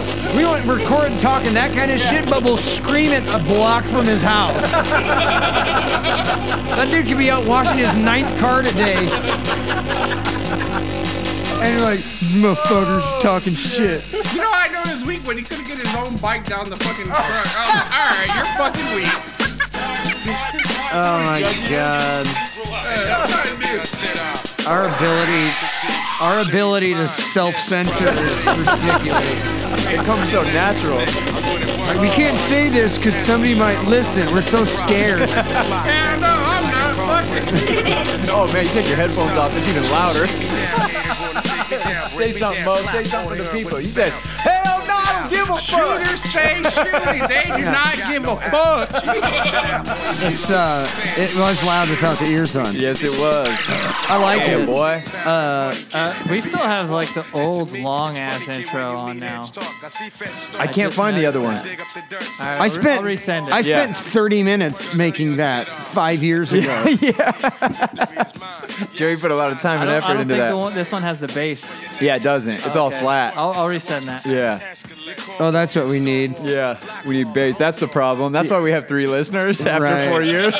can't record talking that kind of shit, but will scream it a block from his house. that dude could be out washing his ninth car today. And you're like, "These motherfuckers talking shit. You know, I know this week when he couldn't get his own bike down the fucking truck. I'm like, all right, you're fucking weak. Oh my god. Our ability, our ability to self-censor is ridiculous. It comes so natural. Like, we can't say this because somebody might listen. We're so scared. Hell no, uh, I'm not fucking. Oh man, you take your headphones off. It's even louder. say something, Mo. Say something to the people. You said, hell no, I don't give a fuck. Shooters stay shooting. They do not give a fuck. It's uh, it was loud without the ears on. Yes, it was. I like Yeah, it. boy. Uh, Uh, we still have like the old long ass intro on now. I can't just find the other one. noticed I spent- I'll resend it. I Yeah. spent 30 minutes making that five years ago. Jerry put a lot of time I and don't, I effort don't into think the that. one, this one has the bass. Yeah, it doesn't. It's all Okay. flat. I'll, I'll resend that. Yeah. Oh, that's what we need. Yeah, we need bass. That's the problem. That's why we have three listeners after Right. four years.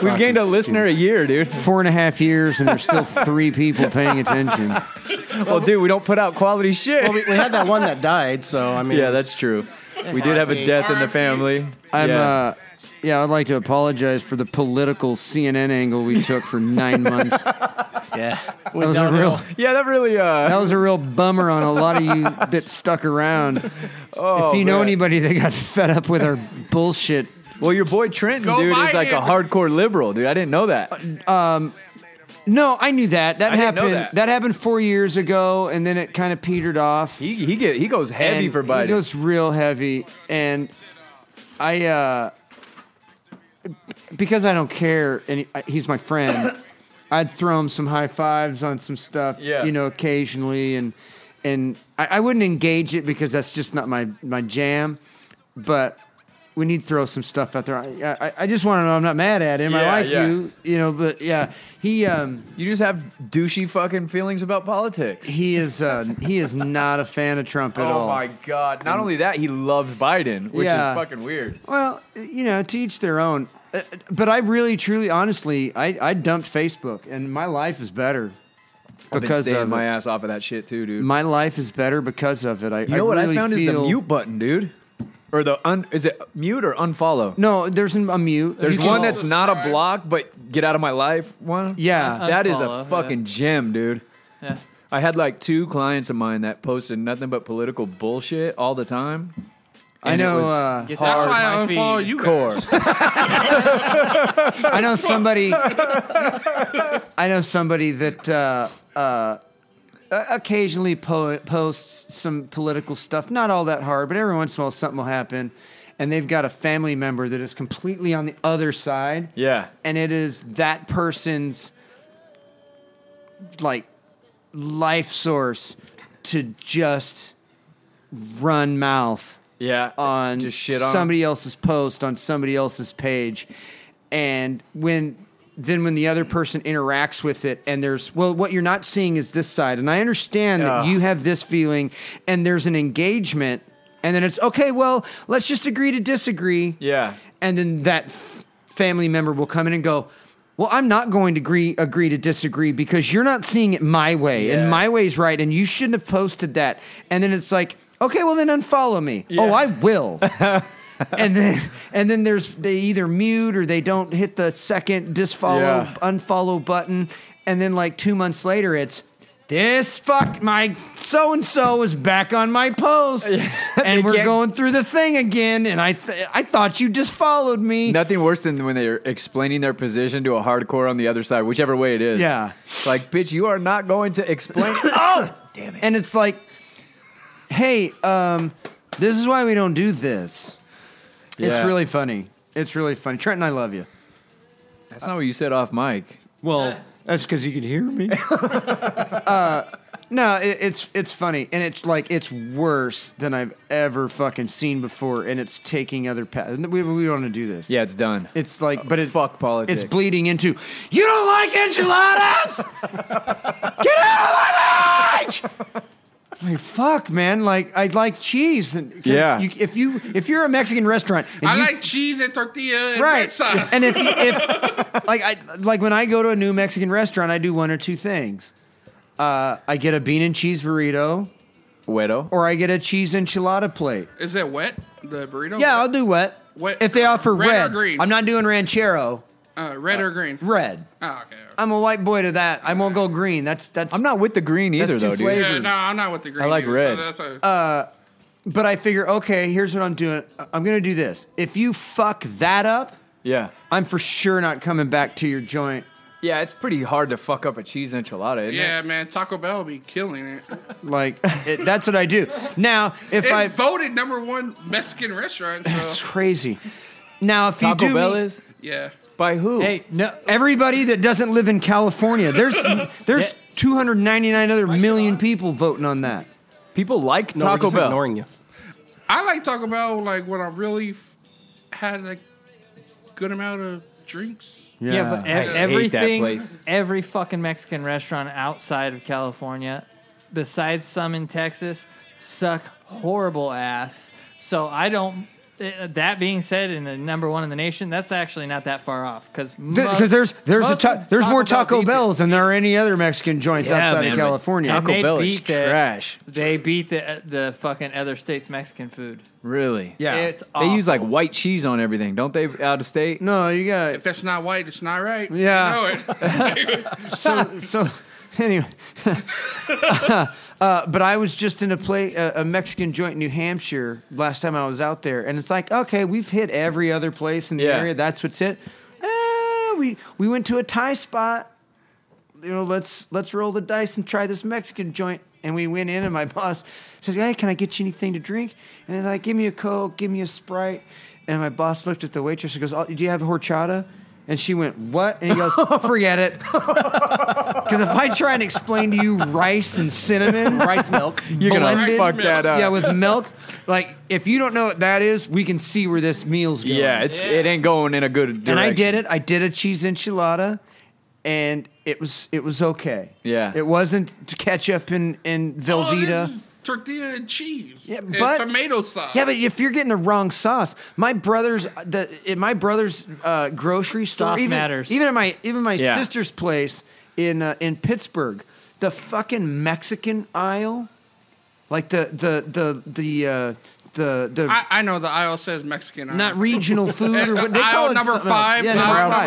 We've gained a listener a year, dude. Four and a half years, and there's still three people paying attention. Well, Oh, dude, we don't put out quality shit. Well, we, we had that one that died, so I mean, yeah, that's true. We did have a death in the family. I'm, yeah. uh, yeah, I'd like to apologize for the political CNN angle we took for nine months. That went was a downhill. real, yeah, that really. Uh, that was a real bummer on a lot of you that stuck around. oh, if you know man. anybody that got fed up with our bullshit, well, your boy Trenton, Go dude, is like a Biden. hardcore liberal, dude. I didn't know that. no, I knew that. That I didn't know happened. that. happened four years ago, and then it kind of petered off. He he get he goes heavy and for Biden. He goes real heavy, and I uh, because I don't care, and he, I- he's my friend. I'd throw him some high fives on some stuff, Yeah. you know, occasionally, and and I, I wouldn't engage it because that's just not my my jam. But we need to throw some stuff out there. I I, I just want to know. I'm not mad at him. Yeah, I like yeah. you, you know. But yeah, he um you just have douchey fucking feelings about politics. he is uh, he is not a fan of Trump at oh all. my god! Not only that, he loves Biden, which Yeah. is fucking weird. Well, you know, to each their own. Uh, But I really, truly, honestly, I, I dumped Facebook, and my life is better I've been because staying of my it. ass off of that shit too, dude. My life is better because of it. I, You know what really I found is feel- the mute button, dude. Or the un is it mute or unfollow? No, there's an, a mute. There's You can- one that's not a block, but get out of my life one. yeah. that is Unfollow, a yeah. fucking gem, dude. Yeah. I had like two clients of mine that posted nothing but political bullshit all the time. I and it know. was Uh, Get That's that why out I of my unfollow feed. you Core. guys. I know somebody. I know somebody that uh, uh, occasionally po- posts some political stuff. Not all that hard, but every once in a while something will happen, and they've got a family member that is completely on the other side. yeah. and it is that person's like life source to just run mouth Yeah. on just shit on 'em. somebody else's post on somebody else's page and when then when the other person interacts with it and there's well what you're not seeing is this side and i understand that Yeah. you have this feeling and there's an engagement and then it's okay well let's just agree to disagree Yeah. and then that f- family member will come in and go, "Well, I'm not going to agree agree to disagree because you're not seeing it my way, and my Yes. way's right, and you shouldn't have posted that." And then it's like, "Okay, well then unfollow me." Oh, Yeah. I will. and then and then there's they either mute or they don't hit the second disfollow Yeah. unfollow button, and then like two months later, it's. This fuck my so and so is back on my post, and we're can't- going through the thing again. And I th- I thought you just followed me. Nothing worse than when they're explaining their position to a hardcore on the other side, whichever way it is. Yeah. It's like, bitch, you are not going to explain. oh, damn it. and it's like, hey, um, this is why we don't do this. It's Yeah. really funny. It's really funny. Trent and I love you. That's not what you said off mic. Well, that's because you can hear me. uh, no, it, it's it's funny, and it's like it's worse than I've ever fucking seen before, and it's taking other paths. We we don't want to do this. Yeah, it's done. It's like, but it, Fuck politics. it's bleeding into. You don't like enchiladas? Get out of my It's like fuck, man. Like I like cheese. And Yeah. you- if you if you're a Mexican restaurant, and I you- like cheese and tortilla and red sauce. and if if like I like when I go to a new Mexican restaurant, I do one or two things. Uh, I get a bean and cheese burrito, Widow. or I get a cheese enchilada plate. Is it wet? The burrito? Yeah, I'll Wet? do wet. Wet- If they offer red red, or green? I'm not doing ranchero. uh, red or green? Red. Oh, okay. I'm a white boy to that. I won't go green. That's that's. I'm not with the green That's either, too though, dude. flavored. Yeah, no, I'm not with the green. I like either, red. So that's Uh, a, But I figure, okay, here's what I'm doing. I- I'm gonna do this. If you fuck that up, Yeah. I'm for sure not coming back to your joint. Yeah, it's pretty hard to fuck up a cheese enchilada, isn't yeah, man. Taco Bell be killing it. Like it, that's what I do. Now, if It's I voted number one Mexican restaurant. That's So crazy. Now, if you Taco do Bell meet is? yeah, By who? Hey, no. everybody that doesn't live in California, there's there's 299 other million people voting on that. People like No, we're Taco just Bell. ignoring you. I like Taco Bell. Like when I really f- had like good amount of drinks. Yeah, but e- I hate that everything, place. every fucking Mexican restaurant outside of California, besides some in Texas, suck horrible ass. So I don't. eh, That being said, in the number one in the nation, that's actually not that far off because because there's there's a ta- there's more Taco Bells than there are any other Mexican joints Yeah, outside man, of but California. Taco- Taco They Bell is beat that. trash. They beat the the fucking other states Mexican food. Really? Yeah. Uh, it's They use like awful. white cheese on everything, don't they? Out of state. no, you got If that's not white, it's not right. Yeah. You know it. so so anyway. Uh, but I was just in a play a, a Mexican joint in New Hampshire last time I was out there, and it's like, okay, we've hit every other place in the Yeah. area. That's what's it. Eh, we we went to a Thai spot. You know, let's let's roll the dice and try this Mexican joint. And we went in, and my boss said, "Hey, can I get you anything to drink?" And he's like, "Give me a coke, give me a sprite." And my boss looked at the waitress and goes, oh, "Do you have horchata?" And she went, "What?" And he goes, "Forget it." Because if I try and explain to you rice and cinnamon, rice milk, You're gonna blended- fuck that up. Yeah, with milk. Like if you don't know what that is, we can see where this meal's going. Yeah, it's, it ain't going in a good direction. and I did it. I did a cheese enchilada, and it was it was okay. Yeah. it wasn't to ketchup and and Oh, this Velveeta. is tortilla and cheese. Yeah, and but- tomato sauce. yeah, but if you're getting the wrong sauce, my brother's the in my brother's uh, grocery store Sauce even, matters. Even at my even my Yeah. sister's place in uh, in Pittsburgh, the fucking Mexican aisle, like the the the the uh, the the I, I know the aisle says Mexican. aisle. not regional food or what they call aisle it number something else. five. Yeah, aisle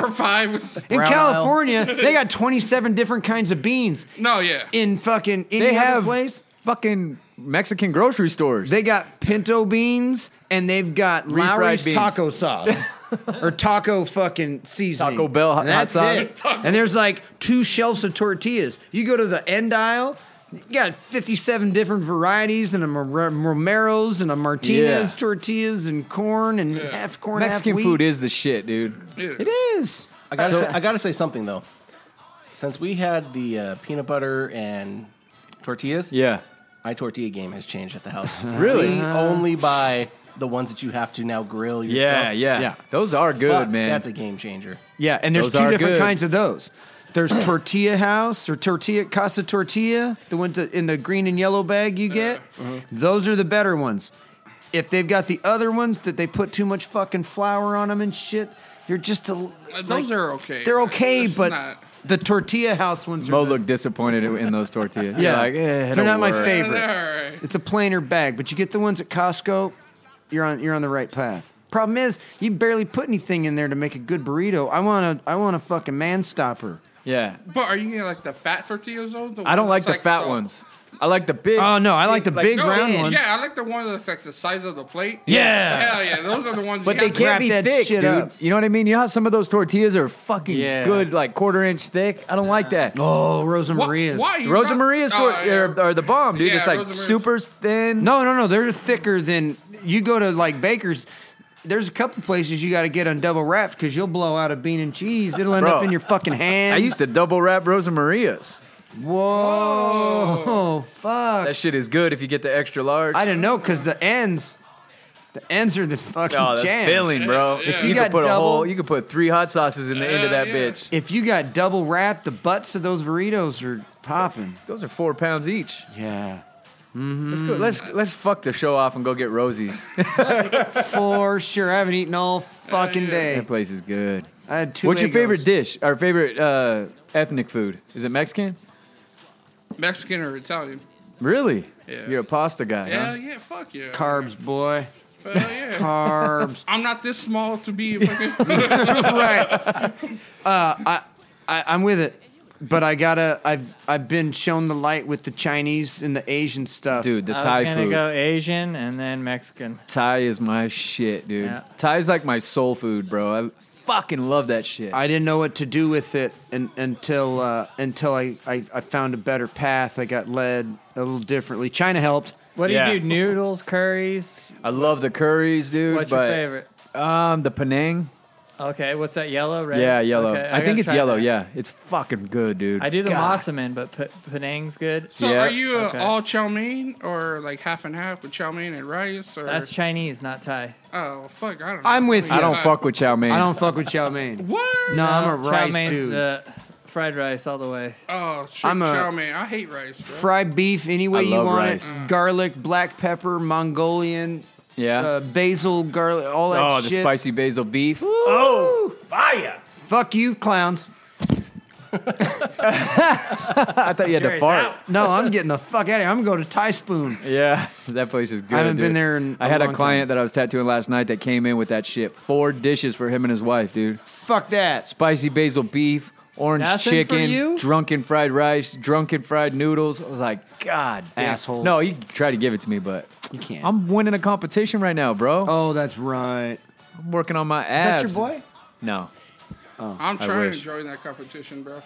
number five. number five. was- In Brown aisle. California, they got 27 different kinds of beans. no, yeah. In fucking any They other have place, fucking Mexican grocery stores. they got pinto beans and they've got Lowry's beans. taco sauce or taco fucking seasoning. Taco Bell hot- and that's hot sauce. it. And there's like two shelves of tortillas. You go to the end aisle. You got 57 different varieties and a Mar- Romero's and a Martinez Yeah. tortillas and corn and half corn, Mexican half wheat. food is the shit, dude. It is. I gotta, say, I gotta say something though. Since we had the uh, peanut butter and tortillas, Yeah. my tortilla game has changed at the house. Really? We only buy the ones that you have to now grill Yeah, yourself. yeah, Those are good, Fuck, man. That's a game changer. Yeah, and there's Those two are different good. kinds of those. There's tortilla house or tortilla casa tortilla, the one to, in the green and yellow bag you get. Those are the better ones. If they've got the other ones that they put too much fucking flour on them and shit, they're just a. Uh, like, Those are okay. They're okay, It's but not- the tortilla house ones. Mo Are the- looked disappointed in those tortillas. Yeah. like, eh, They're it'll not my work. favorite. Yeah, they're all right. it's a plainer bag, but you get the ones at Costco, you're on you're on the right path. Problem is, you barely put anything in there to make a good burrito. I want a I want a fucking man stopper. Yeah, But are you getting like the fat tortillas though? The I don't one like that's, the fat the- ones. I like the big. Oh no, I like the Like, big No, round yeah, ones. Yeah, I like the ones that's like the size of the plate. Yeah. Hell yeah, those are the ones. But you they have to- can't wrap be that thick, shit dude. up. You know what I mean? You know how some of those tortillas are fucking Yeah. good, like quarter inch thick. I don't like that. Oh, Wha- Rosemaria. Why? you Rosa not- Maria's tor- Oh, yeah. are, are the bomb, dude. Yeah, it's like Rosa Maria's- super thin. No, no, no. They're thicker than you go to like Baker's. There's a couple places you got to get on double wrapped because you'll blow out a bean and cheese. It'll end Bro, up in your fucking hand. I used to double wrap Rosa Maria's. Whoa, fuck! Oh. That shit is good if you get the extra large. I didn't know because the ends, the ends are the fucking oh, that's jam. filling, bro. If you you, got could put double- a whole, you could put three hot sauces in the end of Yeah, that yeah. bitch. If you got double wrapped, the butts of those burritos are popping. Those are four pounds each. Yeah. Let's go. Let's Mm. let's fuck the show off and go get Rosie's. For sure. I haven't eaten all fucking yeah. day. That place is good. I had two Oh, What's your favorite Magos. dish? Our favorite uh, ethnic food? Is it Mexican? Mexican or Italian? Really? Yeah. You're a pasta guy. Yeah, Huh? yeah, fuck yeah. Carbs, boy. Hell yeah. Carbs. I'm not this small to be a fucking. right. Uh, I, I, I'm with it, but I gotta. I've I've been shown the light with the Chinese and the Asian stuff. Dude, the I was Thai gonna food. go Asian and then Mexican. Thai is my shit, dude. Yeah. Thai's like my soul food, bro. I fucking love that shit. I didn't know what to do with it and, until uh, until I, I, I found a better path. I got led a little differently. China helped. What do Yeah. you do? Noodles, curries. I love the curries, dude. What's but, your favorite? Um, the Penang. Okay, what's that? Yellow, red? Yeah, yellow. Okay, I, gotta think it's try yellow. that. Yeah, it's fucking good, dude. I do the God. Mossaman, but P- Penang's good. So Yeah. are you uh, Okay. all chow mein or like half and half with chow mein and rice or? That's Chinese, not Thai. oh fuck, I don't. know. I'm with you. I don't fuck with chow mein. I don't fuck with chow mein. What? No, I'm a Chow rice mein's dude. the fried rice all the way. Oh shit, I'm a- chow mein. I hate rice. Bro. Fried beef any I way you love want rice. it. Garlic, black pepper, Mongolian, Yeah. uh, basil, garlic, all that oh, shit. the spicy basil beef. Oh, fire! Fuck you, clowns. I thought you had to Jerry's fart. out. No, I'm getting the fuck out of here. I'm going to Thai Spoon. Yeah, that place is good. haven't been dude. there in I a had a long client that I was tattooing last night that came in with that shit. Four dishes for him and his wife, dude. Fuck that. Spicy basil beef, orange Nothing for chicken, you? drunken fried rice, drunken fried noodles. I was like, God, damn. Assholes. No, you try to give it to me, but You can't. I'm winning a competition right now, bro. oh, that's right. I'm working on my Is that abs. your boy? No, I'm trying to wish. join that competition, bro.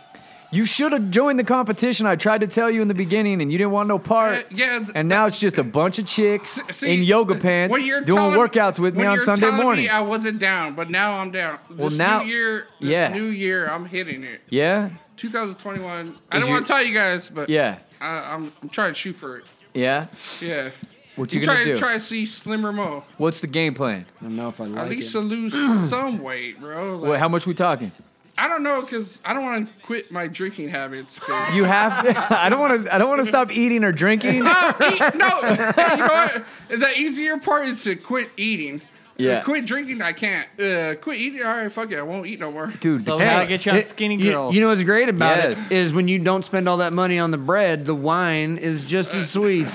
you should have joined the competition. I tried to tell you in the beginning, and you didn't want no part. Yeah, yeah, th- and now it's just a bunch of chicks See, in yoga pants when you're doing telling- workouts with me when on you're Sunday telling me morning. I wasn't down, but now I'm down. This Well, now- new year, this yeah. new year, I'm hitting it. yeah, 2021. I Is don't your- want to tell you guys, but yeah, I, I'm, I'm trying to shoot for it. yeah. Yeah. What you You gonna try do? to try to see slimmer Mo. What's the game plan? I don't know if I like At least it. to lose some weight, bro. Like, Wait, how much we talking? I don't know because I don't want to quit my drinking habits. 'cause- You have. I don't want to. I don't want to stop eating or drinking. Ah, eat- no, you know what? The easier part is to quit eating. Uh, Yeah. Quit drinking, I can't. Uh, quit eating, all right, fuck it, I won't eat no more. Dude, So the we cat- gotta get you on It- Skinny you- Girl. You, know what's great about Yes. it is when you don't spend all that money on the bread, the wine is just as sweet.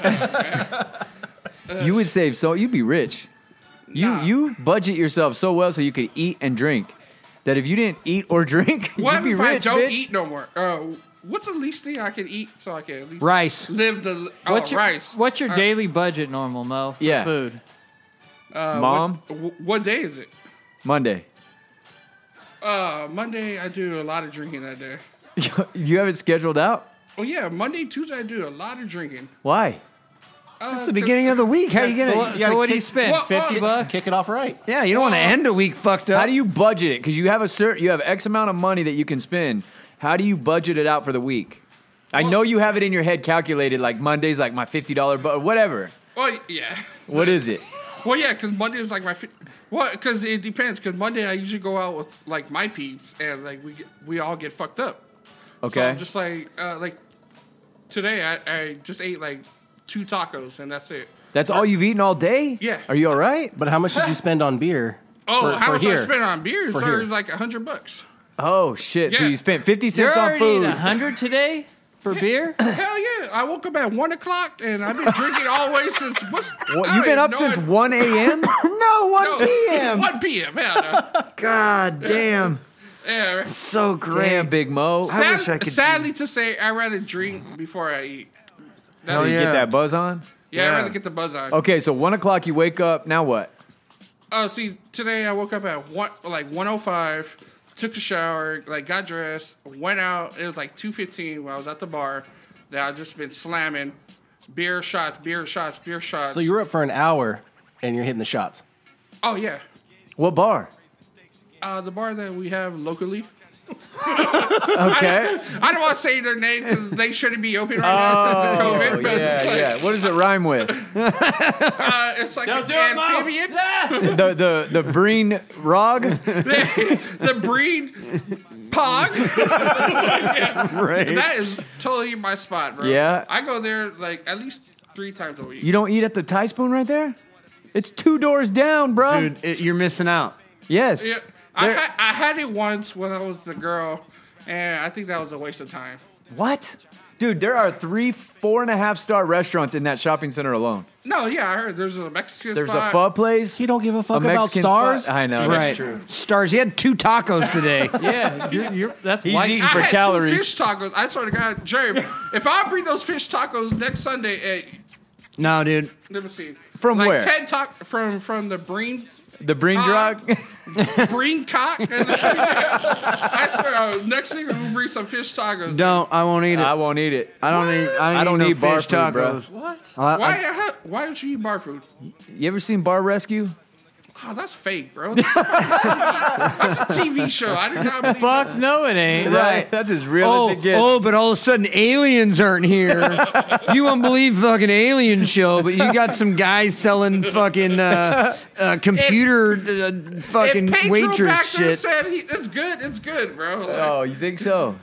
you would save so you'd be rich. You uh, Nah. you budget yourself so well so you could eat and drink that if you didn't eat or drink, What you'd be if rich, I don't bitch. eat no more? Uh, what's the least thing I can eat so I can at least Rice. live the oh, what's your, rice? What's your Uh, daily budget normal, Mo, for Yeah. food? uh, what- Mom? wh- what day is it? Monday. Uh, Monday I do a lot of drinking that day. you have it scheduled out. Oh yeah, Monday, Tuesday I do a lot of drinking. Why? Uh, It's the beginning of the week. How you So, gonna? what- you gotta so what do you kick- spend? Well, well, Fifty bucks. Kick it off right. Yeah, you don't want to end a week fucked up. How do you budget it? Because you have a certain you have X amount of money that you can spend. How do you budget it out for the week? I know you have it in your head calculated, like Monday's like my fifty dollar, but whatever. Oh yeah. What is it? Well yeah, because Monday is like my. Fi- well, because it depends. Because Monday I usually go out with like my peeps and like we get, we all get fucked up. So Okay. I'm just like uh, like today I, I just ate like two tacos and that's it. That's all you've eaten all day? Yeah. Are you all right? But how much did you spend on beer? Oh, for- how for much I here? spent on beers? For Or here. like a hundred bucks. Oh shit! So Yeah. you spent fifty You're cents on already food. at hundred today for beer. Hell yeah! I woke up at one o'clock and I've been drinking all the way since. What's, What, I you've been have up no since idea. one a.m. No, 1 p.m. One p.m. Yeah, no. God damn. yeah. right. So great. Damn, Big Mo. I wish Sad- I could sadly to say, I would rather drink before I eat. That's, Hell Did you yeah. get that buzz on? yeah, I'd yeah. rather get the buzz on. Okay, so one o'clock you wake up. Now what? Oh, see, today I woke up at one, like 105, took a shower, like got dressed, went out. It was like 2:15 when I was at the bar. That I just been slamming beer shots, beer shots, beer shots. So you were up for an hour and you're hitting the shots. oh yeah, What bar? uh, the bar that we have locally. Okay. I don't want to say their name because they shouldn't be open right now Oh, because of COVID. But yeah, it's like, yeah. What does it rhyme with? uh, it's like an do it, Mo. amphibian. The the the Breen Rog. the breed pog. Yeah, That is totally my spot, bro. Yeah. I go there like at least three times a week. You don't eat at the Thai spoon right there? It's two doors down, bro. Dude, it, you're missing out. Yes. Yeah, I, There- had, I had it once when I was the girl, and I think that was a waste of time. What? Dude, there are three, four and a half star restaurants in that shopping center alone. No, yeah, I heard there's a Mexican There's a spot. pho place. You don't give a fuck a about Mexican stars. Spot. I know. that's right. true. Stars. He had two tacos today. Yeah, you're, you're, that's He's white. eating- I for had calories. Two fish tacos. I swear to God, Jerry, if I bring those fish tacos next Sunday at no, dude. let me see From like where? ten talk from from the Breen The Breen Ah. Drug. Breen cock. And I swear, oh, next thing we'll bring some fish tacos. Don't. I won't eat it. I I, won't eat it. don't eat. I don't, I don't eat, eat no bar fish food, bro. tacos. What? I- I- Why? how- why don't you eat bar food? You ever seen Bar Rescue? Oh, that's fake, bro. That's a, that's a TV show. I did not believe Fuck no, it ain't. Right. That's as real Oh, as it gets. oh, but all of a sudden aliens aren't here. you won't believe fucking alien show, but you got some guys selling fucking uh, uh, computer uh, fucking If Pedro waitress back there shit. said he, it's good, it's good, bro. Like, Oh, you think so?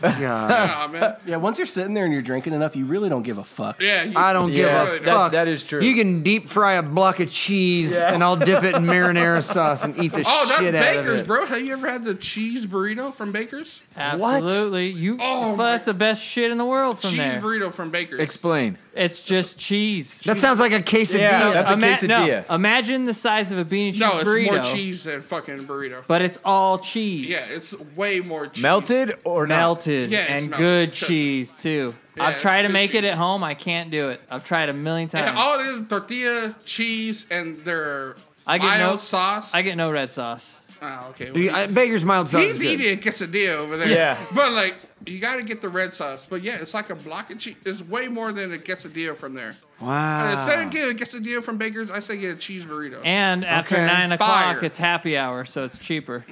God, nah, man. Yeah, once you're sitting there and you're drinking enough, you really don't give a fuck. Yeah, you- I don't Yeah, give a that- fuck. that is true. You can deep fry a block of cheese, and I'll dip it in marinara sauce and eat the Oh, that's shit out of Baker's, it. bro. Have you ever had the cheese burrito from Baker's? Absolutely. You. Oh, my- that's the best shit in the world from cheese there. burrito from Baker's. Explain. it's just cheese. That sounds like a quesadilla. Yeah. that's a no, quesadilla. imagine the size of a bean and cheese no, it's burrito, more cheese than fucking burrito. but it's all cheese. Yeah, it's way more cheese. Melted or not? melted Yeah, it's and melted. good Trust me. cheese too. Yeah, I've it's tried to good make it cheese. at home. I can't do it. I've tried a million times. And all it is tortilla, cheese, and their I get mild no- sauce. I get no red sauce. oh, okay. You- I- Baker's mild sauce. is He's good. eating quesadilla over there. Yeah. But like, you got to get the red sauce. But yeah, it's like a block of cheese. It's way more than a quesadilla from there. Wow. And instead of getting a quesadilla from Baker's, I say get a cheese burrito. And after Okay. nine o'clock, Fire. it's happy hour, so it's cheaper.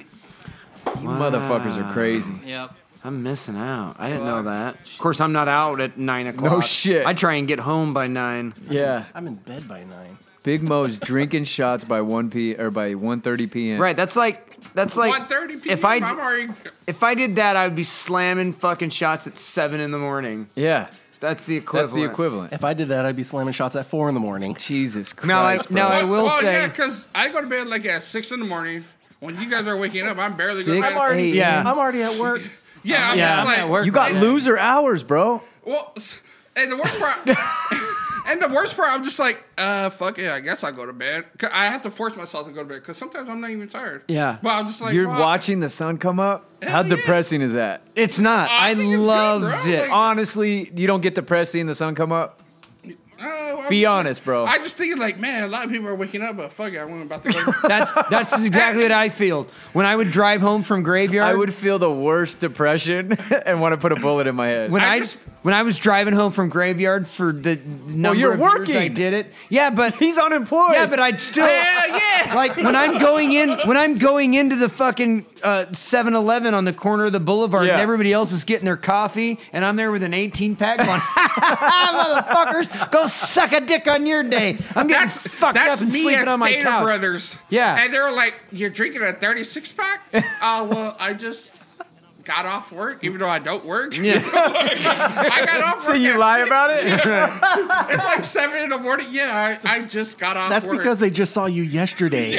You motherfuckers are crazy. Yep. I'm missing out. I didn't know that. Of course, I'm not out at nine o'clock. shit. I try and get home by nine. Yeah. I'm in bed by nine. Big Mo's drinking shots by 1 p or by 1:30 p.m. Right. That's like that's like 1:30 p.m. If I am already. if I did that, I would be slamming fucking shots at seven in the morning. Yeah. That's the equivalent. That's the equivalent. If I did that, I'd be slamming shots at four in the morning. Jesus Christ. Now I- bro. now I will well, say- yeah, because I go to bed like at six in the morning. When you guys are waking up, I'm barely going. to Six? I'm bed. already, Yeah. I'm already at work. Yeah, I'm Yeah, just I'm like at work. you got Yeah. loser hours, bro. Well, s- and the worst part, and the worst part, I'm just like, uh, fuck it, I guess I'll go to bed. 'Cause I have to force myself to go to bed because sometimes I'm not even tired. Yeah. But I'm just like, You're well, watching the sun come up. Hell How yeah. depressing is that? It's not. I I, think it's good, loved bro. it. Like- Honestly, you don't get depressed seeing the sun come up. oh, I'm Be just- honest, bro. I just think like, man, a lot of people are waking up, but fuck it, I'm about to go. That's that's exactly what I feel when I would drive home from graveyard. I would feel the worst depression and want to put a bullet in my head. when I I, just- when I was driving home from graveyard for the number you're of years I working. did it. Yeah, but He's unemployed. yeah, but I'd still Hell yeah! like when I'm going in when I'm going into the fucking uh, 7-Eleven on the corner of the boulevard and Yeah. everybody else is getting their coffee and I'm there with an 18 pack going, "Ah, motherfuckers, go suck a dick on your day. I'm getting That's fucked up that's and me sleeping at on my Stater couch. Brothers. Yeah. And they're like, you're drinking a 36 pack? Oh well, I just. Got off work, even though I don't work. Yeah. I got off work. so you at lie six. about it. It's like seven in the morning. Yeah, I, I just got off That's work. because they just saw you yesterday.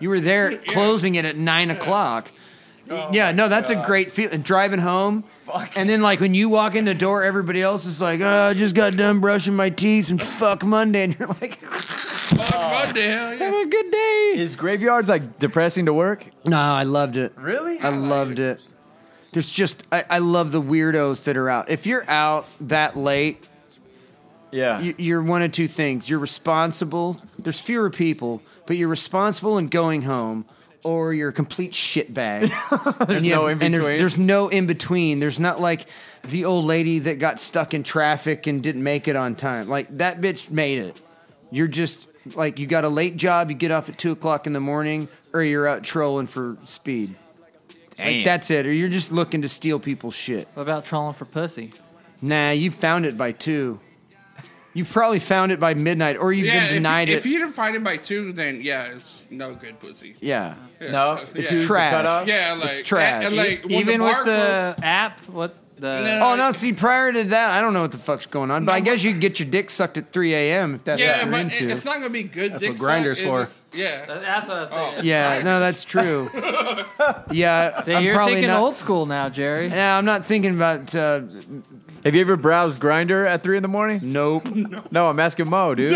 You were there closing it at nine o'clock. yeah, no, that's a great feel. And driving home, and then like when you walk in the door, everybody else is like, "Oh, I just got done brushing my teeth and fuck Monday," and you're like, Fuck Monday, hell yeah. "Have a good day." Is graveyards like depressing to work? No, I loved it. Really? I loved it. There's just I, I love the weirdos that are out. If you're out that late, Yeah. you, you're one of two things. You're responsible. There's fewer people, but you're responsible and going home, or you're a complete shitbag. There's And you no have- in and between. there's, there's no in between. There's not like the old lady that got stuck in traffic and didn't make it on time. Like that bitch made it. You're just like you got a late job. You get off at two o'clock in the morning, or you're out trolling for speed. Damn. Like that's it. Or you're just looking to steal people's shit. What about trolling for pussy? Nah, you found it by two. You probably found it by midnight, or you've Yeah, been denied if, you- it. If you didn't find it by two, then yeah, it's no good pussy. yeah, Yeah, no. it's trash. Yeah, like trash. And, and, like when Even the bar with the app, what the The No. Oh no! See, prior to that, I don't know what the fuck's going on, but I guess you can get your dick sucked at 3 a.m. if that's yeah, what you're but it- into. it's not gonna be good. That's dick what grinders suck, for. it's just- yeah, that's what I was saying. yeah, no, that's true. yeah, See, I'm you're probably thinking not, old school now, Jerry. Yeah, I'm not thinking about. Uh, Have you ever browsed Grinder at three in the morning? nope. No, I'm asking Mo, dude.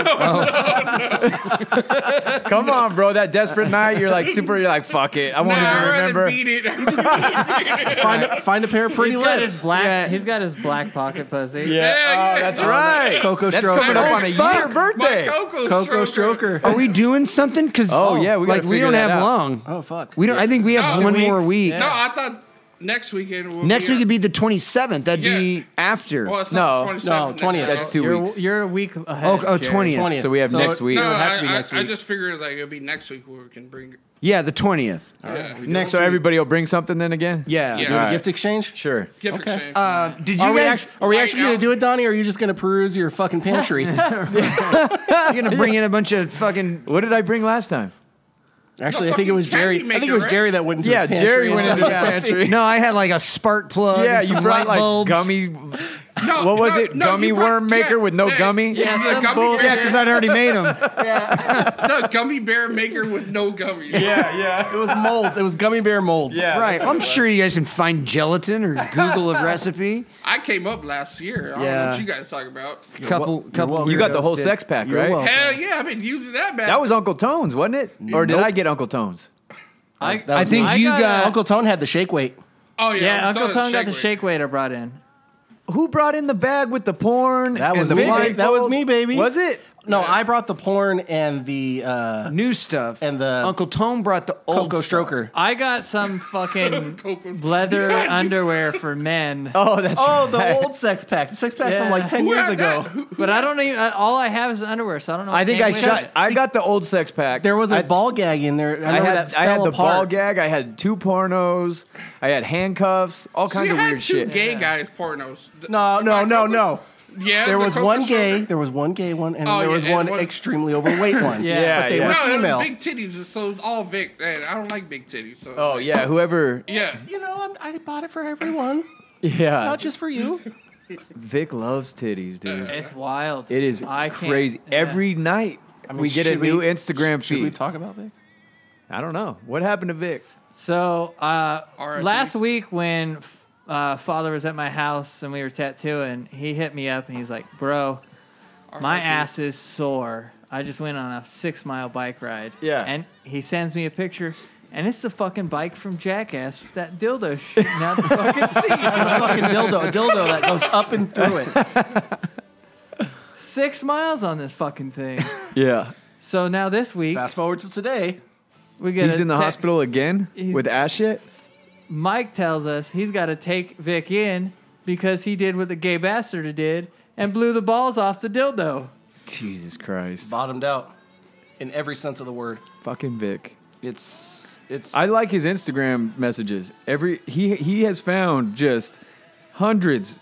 Come on, bro. That desperate night, you're like super. You're like, fuck it. I nah, won't I'd even rather remember. beat it. Find a, find a pair of pretty He's got his lips. black. Yeah. He's got his black pocket pussy. Yeah. yeah. Oh, that's right. Coco That's Stroker. coming up Oh, on a year fuck. My birthday. Coco, Coco stroker. Oh. Stroker. Are we doing something? Because Oh, yeah, we gotta like we figure don't that have out. long. Oh fuck. We don't. I think we have Oh, one two more weeks. week. No, I thought next weekend. Would Next be week would be the 27th. That'd Yeah. be after. Well, it's not No, the 27th no, next 20th. week. That's two You're, weeks. you're a week ahead. oh, oh, Jerry. 20th. So we have next it- week. It No, would have I, to be I- next I week. just figured like it'd be next week where we can bring. Yeah, the 20th. Yeah. Next So everybody will bring something then again. Yeah. Yeah. Do a Alright. gift exchange. Sure. Gift exchange. Uh, did you Are we, guys act- are we Right actually now. going to do it, Donnie, or are you just going to peruse your fucking pantry? are you gonna bring in a bunch of fucking? What did I bring last time? actually, No, I think it was fucking Jerry. candy I think maker, it was right? Jerry that went into Yeah, his pantry. Jerry and went stuff. into the pantry. No, I had like a spark plug. Yeah, and you some brought light like bulbs. gummy. no, What was no, it? no, you gummy brought- worm maker yeah, with no yeah, gummy? Yeah, the gummy bear, Yeah, because I'd already made them. the gummy bear maker with no gummies. Yeah, yeah. It was molds. It was gummy bear molds. Yeah. right. I'm sure you guys can find gelatin or Google a recipe. I came up last year. I don't know Yeah. what you guys talk about. Couple, wel- couple. you're wel- You got the weirdos whole did. sex pack, You're right? welcome. Hell yeah, I've been using that bad. That was Uncle Tone's, wasn't it? Or did Nope. I get Uncle Tone's? I, That was I think mine. you got- got. Uncle Tone had the shake weight. oh yeah, yeah, I'm Uncle telling Tom got the Shake Weight. shake waiter brought in. Who brought in the bag with the porn? That and was the me, babe. blindfold? That was me, baby. Was it? No, I brought the porn and the uh, new stuff. And the- Uncle Tom brought the old Coco stuff. Stroker. I got some fucking Coco. leather underwear for men, Oh, that's Oh, the old sex pack. The sex pack Yeah. from like 10 Who years had ago. that? Who- but I don't even. uh, All I have is the underwear, so I don't know. I what think came I with shot. it. I got the old sex pack. There was a I- ball gag in I there. I remember had, that fell I had the apart. ball gag. I had two pornos. I had handcuffs. All So kinds you of had weird two shit. gay guys pornos. Th- No, no, no, no. Yeah, There the was Coco one Stroker. gay, there was one gay one, and Oh, there yeah, was and one, one- extremely overweight one. Yeah. Yeah, but they yeah. were No, it female. was big titties, so it's all Vic. And I don't like big titties. So Oh yeah, whoever. yeah. You know, I'm, I bought it for everyone, Yeah, not just for you. Vic loves titties, dude. It's wild. It is Uh, I can't- crazy. yeah. Every night mean, we get a should we- new Instagram Should we feed. talk about Vic? I don't know what happened to Vic. So uh, RIP. last week when f- uh, father was at my house and we were tattooing, he hit me up and he's like, "Bro, my RIP. ass is sore. I just went on a six mile bike ride. Yeah. and he sends me a picture." And it's the fucking bike from Jackass, with that dildo shooting out the fucking seat. A fucking dildo, a dildo that goes up and through it. Six miles on this fucking thing. Yeah, So now this week Fast forward to today. we get he's a in the text. hospital again He's- with ass shit. Mike tells us he's got to take Vic in because he did what the gay bastard did and blew the balls off the dildo. Jesus Christ, Bottomed out in every sense of the word. fucking Vic. It's it's I like his Instagram messages. Every he he has found just hundreds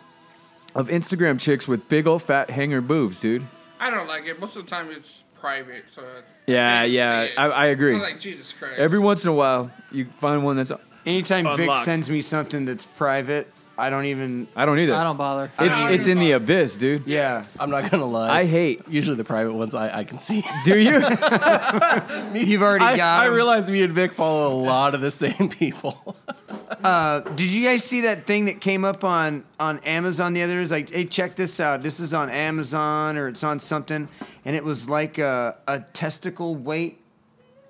of Instagram chicks with big old fat hanger boobs, dude. I don't like it. Most of the time it's private. So Yeah, can't yeah, see it. I, I agree. I'm like Jesus Christ. Every once in a while, you find one that's Anytime Vic Unlocked. sends me something that's private, I don't even. I don't either. I don't bother. it's don't it's even in the bother. abyss, dude. Yeah. I'm not gonna lie. I hate. usually the private ones I, I can see. Do you? You've already I, got. I 'em. realized me and Vic follow a lot of the same people. Uh, did you guys see that thing that came up on on Amazon the other day? It was like, hey, check this out. This is on Amazon or it's on something, and it was like a, a testicle weight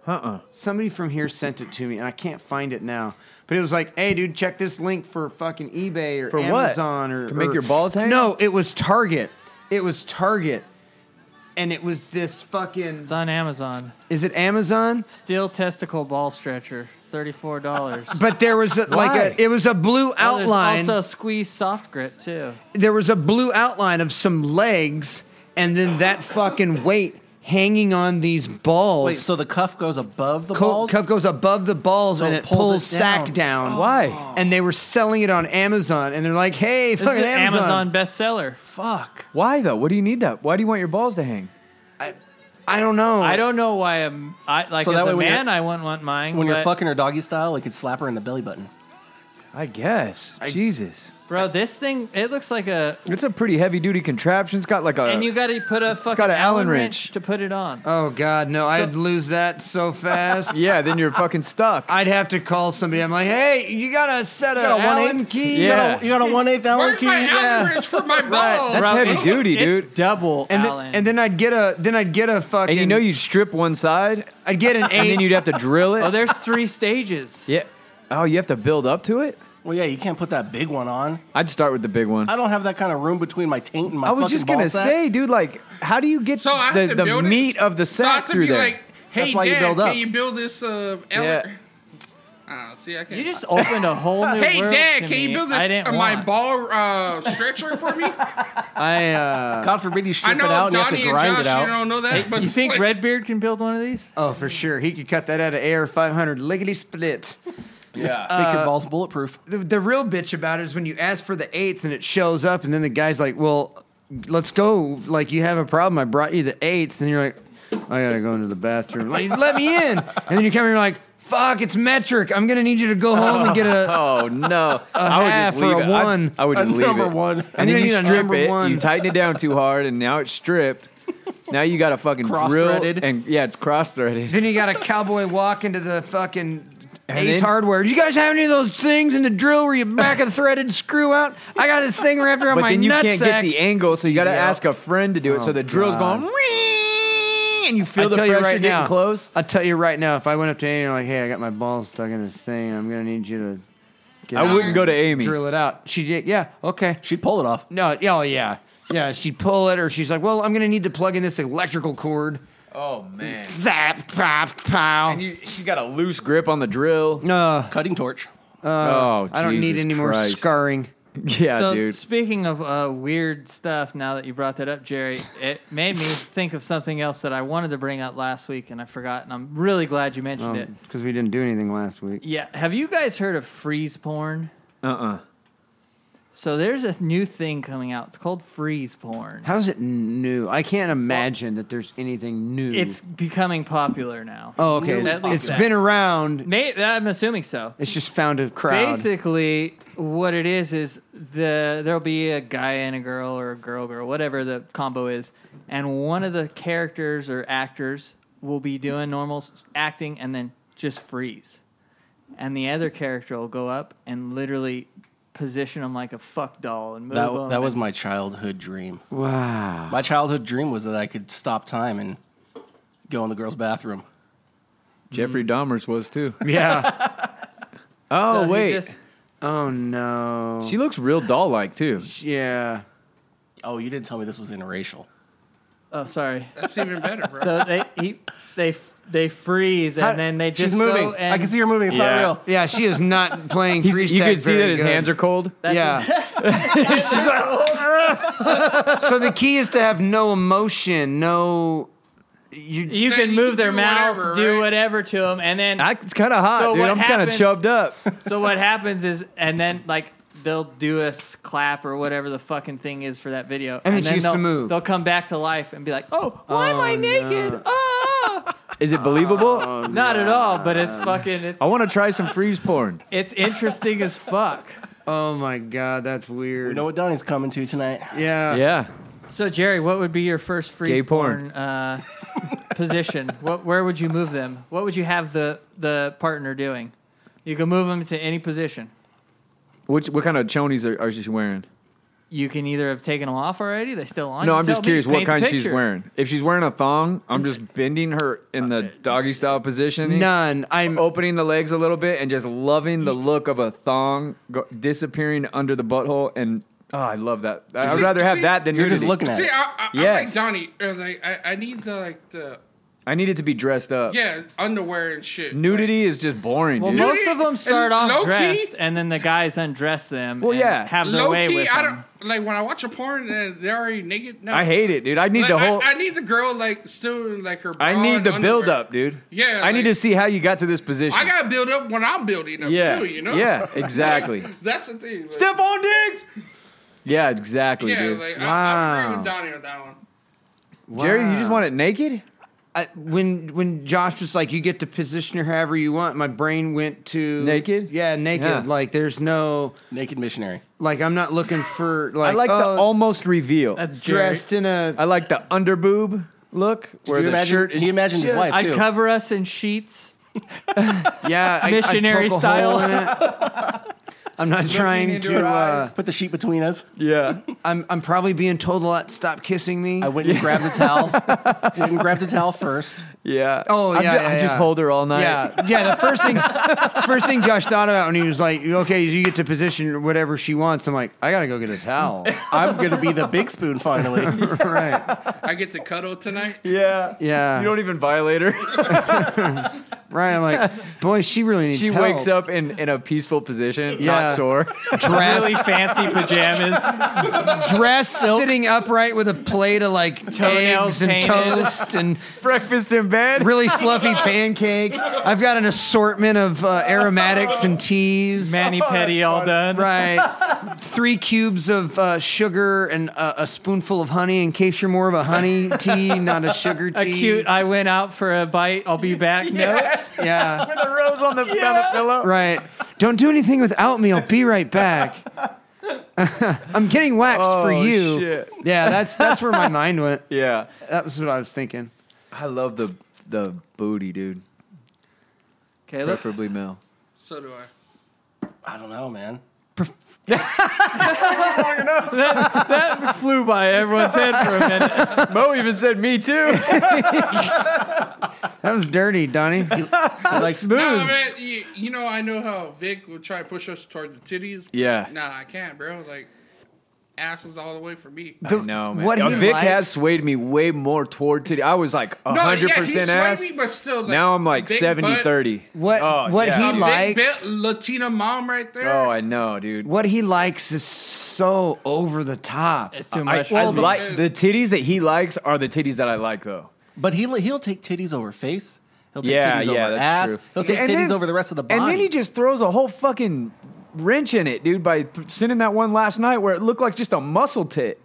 Uh-uh. somebody from here sent it to me, and I can't find it now. But it was like, "Hey, dude, check this link for fucking eBay or For what? Amazon or To make or- your balls hang? No, it was Target. It was Target, and it was this fucking. It's on Amazon. Is it Amazon? Steel testicle ball stretcher, thirty-four dollars. But there was a, Why? like a, it was a blue outline. also squeeze soft grit too. there was a blue outline of some legs, and then that fucking weight hanging on these balls. Wait, so the cuff goes above the Co- balls? cuff goes above the balls So and it it pulls pulls, it sack down. down. Why? and they were selling it on Amazon, and they're like, "Hey, This is fucking an Amazon!" Amazon bestseller. Fuck. Why though? What do you need that? Why do you want your balls to hang? I don't know. I don't know why I'm. I like So as that way a when man, you're- I wouldn't want mine. When you're but fucking her doggy style, it could slap her in the belly button. I guess. Jesus. Bro, this thing, it looks like a. It's a pretty heavy duty contraption. It's got like Uh, a. and you got to put a fucking got an Allen Allen wrench wrench. to put it on. Oh God, no! I'd lose that so fast. yeah, then you're fucking stuck. I'd have to call somebody. I'm like, hey, you gotta set a got a one-eighth? Allen key. Yeah. Oh, You got a one eighth Allen Where's key. my Allen wrench for my balls? That's heavy it's- duty, it's dude. double And Allen. then, and then I'd get a then I'd get a fucking And you know you'd strip one side, I'd get an and eight then you'd have to drill it. oh, there's three stages. yeah. Oh, you have to build up to it. Well, yeah, you can't put that big one on. I'd start with the big one. I don't have that kind of room between my taint and my. I was fucking just gonna ball sack. say, dude, like, how do you get So I have the, to the build it. meat of the So I have sack to through be there? like, hey, That's why you Dad, build up. can you build this? Uh, Allen? Yeah. Ah, see, I can't. You just opened a whole new hey, world Dad, to can you me build I this didn't uh, my want. ball uh, stretcher for me? I uh God forbid you I strip it know out and you have Donnie to and grind Josh, it out. you don't know that, but You it's think like- Redbeard can build one of these? oh for sure he could cut that out of air 500 lickety split. Make Uh, your balls bulletproof. The, the real bitch about it is when you ask for the eighth and it shows up and then the guy's like, well, let's go. Like you have a problem. I brought you the eighth and you're like, I gotta go into the bathroom. Like let me in. And then you come and you're like. Fuck! It's metric. I'm gonna need you to go home and get a Oh no! I half would just or leave a it. I- one. I, would A just leave number it. one. I'm And gonna then need you a strip number it. one. You tighten it down too hard, and now it's stripped. Now you got to fucking drill Cross-threaded. and yeah, it's cross-threaded. Then you got a cowboy walk into the fucking And Ace then- Hardware. Do you guys have any of those things in the drill where you back a threaded screw out? I got this thing wrapped around But my then you nutsack. can't get the angle, so you got to Easy ask a friend to do it. so the drill's God. going, "Whee!" and you I feel the tell pressure you right getting now, close. I tell you right now, if I went up to Amy and like, "Hey, I got my balls stuck in this thing. I'm gonna need you to get I out wouldn't go to and Amy. drill it out," she did. Yeah, okay. She'd pull it off. No, yeah, oh, yeah, yeah. She'd pull it, or she's like, "Well, I'm gonna need to plug in this electrical cord." Oh man! Zap, pop, pow. And you, she's got a loose grip on the drill. No, Cutting torch. oh, Uh, I don't need Jesus any more Christ. scarring. Yeah, so dude. speaking of uh, weird stuff, now that you brought that up, Jerry, it made me think of something else that I wanted to bring up last week and I forgot, and I'm really glad you mentioned Um. it. Because we didn't do anything last week. Yeah, have you guys heard of freeze porn? Uh uh So there's a new thing coming out. It's called freeze porn. How's it new? I can't imagine that there's anything new. It's becoming popular now. oh okay. At least It's that. been around. May, I'm assuming so. It's just found a crowd. Basically, what it is is the there'll be a guy and a girl or a girl girl, whatever the combo is, and one of the characters or actors will be doing normal s- acting and then just freeze, and the other character will go up and literally position them like a fuck doll and move That, 'em that was and- my childhood dream. Wow. My childhood dream was that I could stop time and go in the girls' bathroom. Jeffrey Dahmer's was too. Mm. Yeah. Oh So he wait, just- oh no. she looks real doll-like too. yeah. Oh, you didn't tell me this was interracial. oh, sorry. That's even better, bro. So they he, they f- they freeze and How- then they just She's moving. go and I can see her moving. It's not Yeah. real. Yeah. She is not playing. He's- freeze you tag could see very that his good. "Oh." hands are cold. that's yeah. so the key is to have no emotion, no. You, You Then can you move can their do mouth, whatever, do right? whatever to them, and then I, it's kind of hot, So dude. what I'm kind of happens- chubbed up. so what happens is, and then like they'll do a s- clap or whatever the fucking thing is for that video, And then she then used to they'll, move. they'll come back to life and be like, "Oh, why am I naked? Ah!" Is it believable? Oh, Not at all, but it's fucking it's I want to try some freeze porn. it's interesting as fuck. oh my god, that's weird. We know what Donnie's coming to tonight. yeah. Yeah. So Jerry, what would be your first free Gay porn, porn. uh, position? What, where would you move them? What would you have the the partner doing? You can move them to any position. Which what kind of chonies are, are she wearing? You can either have taken them off already; they still on. no, You I'm just tell me, curious what paint the kind she's picture. wearing. If she's wearing a thong, I'm just bending her in the doggy style position. None. I'm. Opening the legs a little bit and just loving the look of a thong go- disappearing under the butthole, and oh, I love that. I'd See- rather have see- that than You're just nudity. looking at See, it. I, I, Yes. I'm like Donnie. uh, Like, I, I need the like the I need it to be dressed up. yeah underwear and shit. Nudity is just boring, Well, dude. mo- most of them start And off low-key- dressed, and then the guys undress them. Well, and yeah. have their Low way key, with I them. don't like when I watch a porn. uh, They're already naked. No, I hate it, dude. I need Like, the whole. I, I need the girl like still in, like her. Bra I need and the underwear. build up, dude. Yeah, I need like- to see how you got to this position. I gotta build up when I'm building up yeah, too. You know. yeah, exactly. That's the thing. Like, Stephon Diggs. Yeah, exactly, Yeah, dude. like I, I agree Wow. with Donnie on that one. Jerry, you just Wow. want it naked? I, when when Josh was like, you get to position her however you want, my brain went to Naked? Yeah, naked. Yeah. Like there's no Naked missionary. like I'm not looking for I like like oh, the almost reveal. That's Jerry. dressed in a I like the underboob look where the Can you imagine, shirt can is. you imagine his just- wife I'd too? cover us in sheets. yeah I- I'd Missionary poke a hole in it. I'm not trying into to. her Uh, eyes. Put the sheet between us. Yeah, I'm I'm probably being told a lot. Stop kissing me. I went and grabbed the towel. went and grabbed the towel first. yeah. Oh, I'd yeah, ju- yeah, I'd just yeah. hold her all night. Yeah, yeah. The first thing, first thing Josh thought about when he was like, "Okay, you get to position whatever she wants." I'm like, "I gotta go get a towel." I'm gonna be the big spoon finally. right? I get to cuddle tonight. yeah, Yeah. You don't even violate her. Right? I'm like, "Boy, she really needs." she help. wakes up in in a peaceful position, Yeah. not sore. dressed, Really fancy pajamas. dressed sitting upright with a plate of like Toenails eggs and painted. toast and Breakfast in bed. really fluffy pancakes. I've got an assortment of uh, aromatics and teas. Manny Petty all done. Right. Three cubes of uh, sugar and uh, a spoonful of honey in case you're more of a honey tea, not a sugar tea. A cute, I went out for a bite, I'll be back note. Yes. Yeah. With a rose on the, on the pillow. Right. Don't do anything without me. I'll be right back. I'm getting waxed for Oh, you. shit. Yeah, that's that's where my mind went. Yeah. That was what I was thinking. I love the the booty, dude. Caleb? Preferably male. So do I. I don't know, man. That flew by everyone's head for a minute. Mo even said me too. That was dirty, Donnie. You- like smooth. No, man, you, you know, I know how Vic would try to push us toward the titties. Yeah. Nah, I can't, bro. Like, ass was all the way for me. the- No man. What Uh, he Vic likes- has swayed me way more toward titty. I was like No, hundred yeah, he percent swayed ass. me, but still, like, now I'm like big 70 butt, 30. What Oh, what yeah. a he big likes butt Latina mom right there. Oh, I know, dude. what he likes is so over the top. It's too I, much. I for me. like the titties that he likes are the titties that I like though. But he'll he'll take titties over face. He'll take Yeah, titties yeah, over that's ass. true. He'll take And titties then- over the rest of the body. And then he just throws a whole fucking wrench in it, dude, by th- sending that one last night where it looked like just a muscle tit.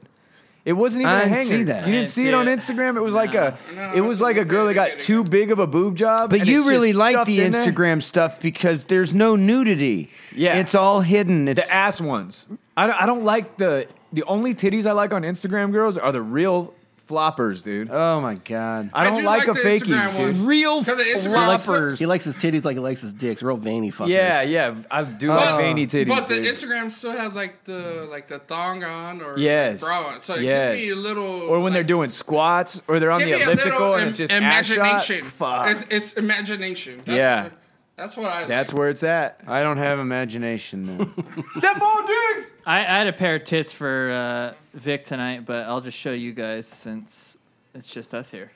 It wasn't even I a didn't hanger. see that. I You didn't didn't see see it on it. Instagram. It was like a, No, it was that's like a what girl they that got did too again. big of a boob job. But and you it's really just like stuffed the in there. Instagram stuff because there's no nudity. Yeah. It's all hidden. It's the ass ones. I don't, I don't like the the only titties I like on Instagram girls are the real floppers, dude. Oh my god. I don't do like, like a the fakie, Instagram dude. ones. Real 'Cause the Instagram was so- floppers. he likes his titties like he likes his dicks. Real veiny fuckers. Yeah, yeah, I do like But- veiny titties. But the dude. Instagram still has like the like the thong on or Yes. like, bra on, so it yes. gives me a little. Or when they're like, doing squats, or they're on give the me a little elliptical, and im- it's just imagination. Ass shot. Fuck. It's, it's imagination. That's Yeah. what- that's what I. Like. That's where it's at. I don't have imagination then. Step on, dudes. I, I had a pair of tits for uh, Vic tonight, but I'll just show you guys since it's just us here.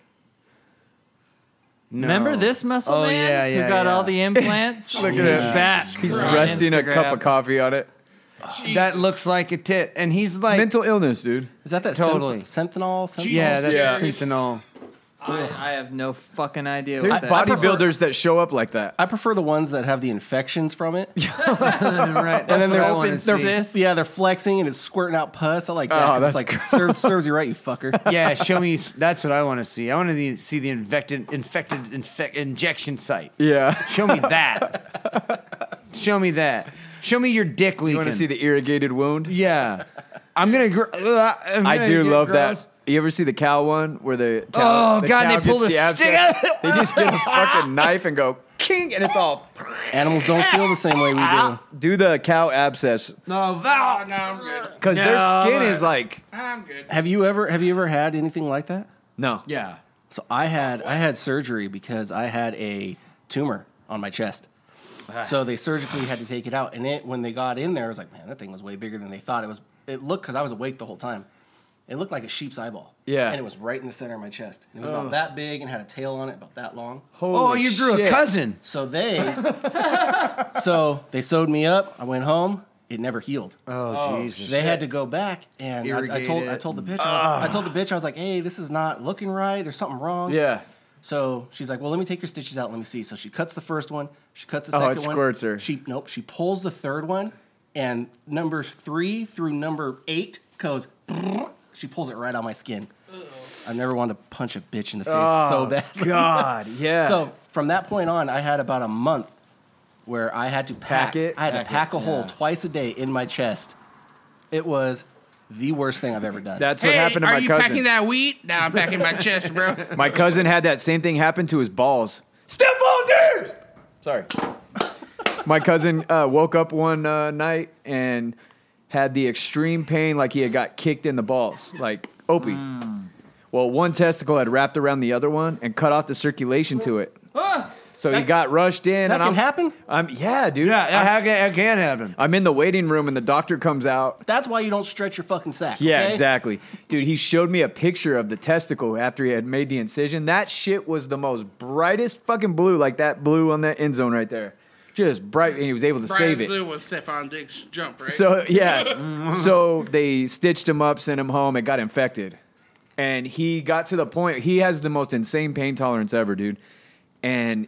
No. Remember this muscle Oh, man yeah, yeah, who got yeah. all the implants? at Look him. back. He's Resting a cup of coffee on it. That looks like a tit. And he's like Mental illness, dude. Is that that Totally. totally Sentinel? Sentinel? Yeah, that's Yeah. sentinol. I, I have no fucking idea. There's what that- bodybuilders that show up like that. I prefer the ones that have the infections from it. right. And then They're they're open cysts. Yeah, they're flexing and it's squirting out pus. I like that. Oh, 'cause that's it's like serves, serves you right, you fucker. Yeah, show me. That's what I want to see. I want to see the infected, infected infec- injection site. Yeah. Show me that. show me that. Show me your dick leaking. You want to see the irrigated wound? Yeah. I'm gonna. Gr- uh, I'm I gonna do get love gross. that. You ever see the cow one where the cow, Oh the god, cow they pulled a gets the stick. abscess? out. They just get a fucking knife and go king, and it's all Animals don't feel the same way we do. do the cow abscess no, Oh, that. no, I'm good. because their No, skin but- is like I'm good. Have you ever have you ever had anything like that? no. Yeah. So I had I had surgery because I had a tumor on my chest. So they surgically had to take it out, and it when they got in there, I was like, man, that thing was way bigger than they thought it was. It looked because I was awake the whole time. It looked like a sheep's eyeball. Yeah. and it was right in the center of my chest. And it was about that big and had a tail on it, about that long. Oh, Holy you grew a shit. cousin. So they, so they sewed me up. I went home. It never healed. Oh, Jesus. They had to go back, and I, I Irrigate told I it told the bitch I, was, I told the bitch I was like, hey, this is not looking right. There's something wrong. Yeah. So she's like, well, let me take your stitches out. Let me see. So she cuts the first one. She cuts the Oh, second it one. squirts her. She nope. She pulls the third one, and numbers three through number eight goes. She pulls it right on my skin. I've never wanted to punch a bitch in the face Oh, so badly. God, yeah. So from that point on, I had about a month where I had to pack, Pack it? I had Pack to pack it, a hole yeah. twice a day in my chest. It was the worst thing I've ever done. that's hey, what happened to are my you cousin. packing that wheat? Nah, I'm packing my chest, bro. My cousin had that same thing happen to his balls. Step on dudes! Sorry. My cousin uh, woke up one uh, night and had the extreme pain like he had got kicked in the balls, like Opie. Well, one testicle had wrapped around the other one and cut off the circulation to it. So he got rushed in. and that can I'm, happen? I'm, yeah, dude. Yeah, yeah, how can, how can it happen? I'm in the waiting room and the doctor comes out that's why you don't stretch your fucking sack. yeah, okay? exactly. Dude, he showed me a picture of the testicle after he had made the incision. That shit was the most brightest fucking blue, like that blue on that end zone right there. Just bright, and he was able to Brian's save it. blue was Stefan Diggs' jump, right? So, yeah. so they stitched him up, sent him home, it got infected. And he got to the point, he has the most insane pain tolerance ever, dude. And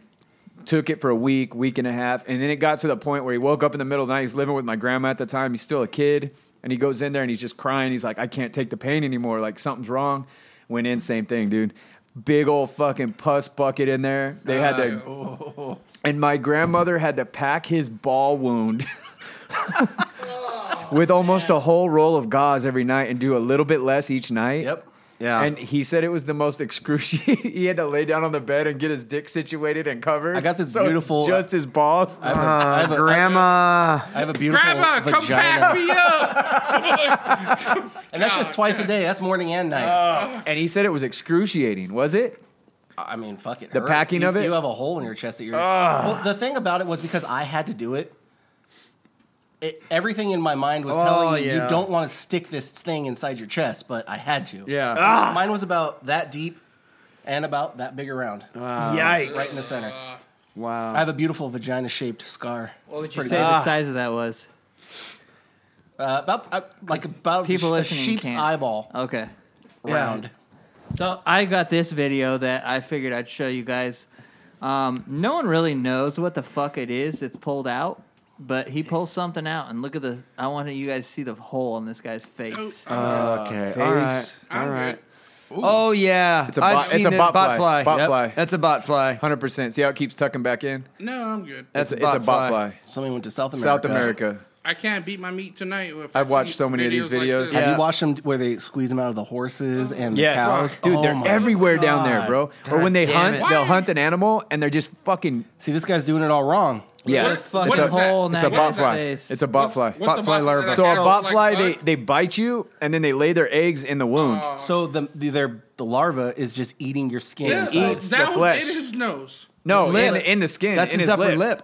took it for a week, week and a half. And then it got to the point where he woke up in the middle of the night. He's living with my grandma at the time. He's still a kid. And he goes in there and he's just crying. He's like, I can't take the pain anymore. Like, something's wrong. Went in, same thing, dude. Big old fucking pus bucket in there. They had to. And my grandmother had to pack his ball wound. With almost a whole roll of gauze every night and do a little bit less each night. Yep. Yeah. And he said it was the most excruciating. he had to lay down on the bed and get his dick situated and covered. I got this So it's beautiful- just his balls. I have a, Uh, I have a, grandma. I have a beautiful Grandma, come vagina, pack me up. and that's just twice a day. That's morning and night. and he said it was excruciating. Was it? I mean, fuck it. The hurt. packing You- of it? You have a hole in your chest that you're. well, the thing about it was because I had to do it. it everything in my mind was Oh, telling you yeah. you don't want to stick this thing inside your chest, but I had to. Yeah. Ah. Mine was about that deep and about that big around, Yikes. right in the center. Wow. I have a beautiful vagina-shaped scar. What would you pretty say big. the size of that was? Uh, about uh, like about people a listening sheep's can't. eyeball Okay. round. So I got this video that I figured I'd show you guys. Um, no one really knows what the fuck it is that's pulled out, but he pulls something out, and look at the. I want you guys to see the hole in this guy's face. Okay. face. All right. I'm All right. good. Oh yeah. It's a I've bot- it's seen a it. bot bot fly. fly. Bot fly. That's a bot fly. 100%. See how it keeps tucking back in? No, I'm good. That's It's, a bot a fly. bot fly. Somebody went to South America. South America. I can't beat my meat tonight. If I've I watched see so many of these like videos. this. Have Yeah. you watched them where they squeeze them out of the horses and the Yes. cows? Dude, Oh they're my everywhere down there, God. bro. or when they damn hunt, it. they'll Why? hunt an animal and they're just fucking. See, this guy's doing it all wrong. Yeah. What a it's fucking what a, is that? hole in it's that a bot guy's fly. face. It's a bot fly. What's Botfly a botfly larva. that so a catches, bot like, fly, they, bug? they bite you and then they lay their eggs in the wound. Oh. So the the their the larva is just eating your skin. Yeah, so inside. eats that the was flesh. in his nose. no, in, lip. in the skin. That's in his, upper lip.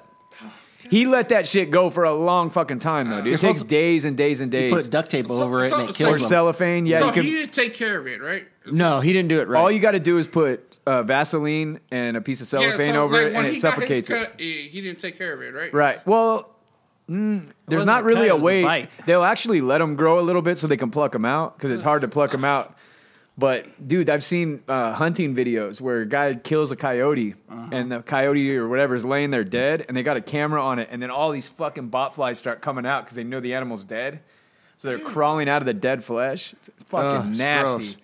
He let that shit go for a long fucking time though, dude. It takes supposed to- days and days and You days. put duct tape So- over it so- and it so- or kills them. cellophane. Yeah, so you could. he didn't take care of it, right? No, he didn't do it right. all you got to do is put uh, Vaseline and a piece of cellophane over it, and it suffocates it. Cut, eh, he didn't take care of it, right? Oh, Right. Well, mm, there's wasn't not a really a cut, it was a way. bite. They'll actually let them grow a little bit so they can pluck them out because it's hard to pluck them out. But dude, I've seen uh, hunting videos where a guy kills a coyote Uh-huh. and the coyote or whatever is laying there dead, and they got a camera on it, and then all these fucking botflies start coming out because they know the animal's dead. So they're crawling out of the dead flesh. It's it's Ugh, fucking it's gross. nasty.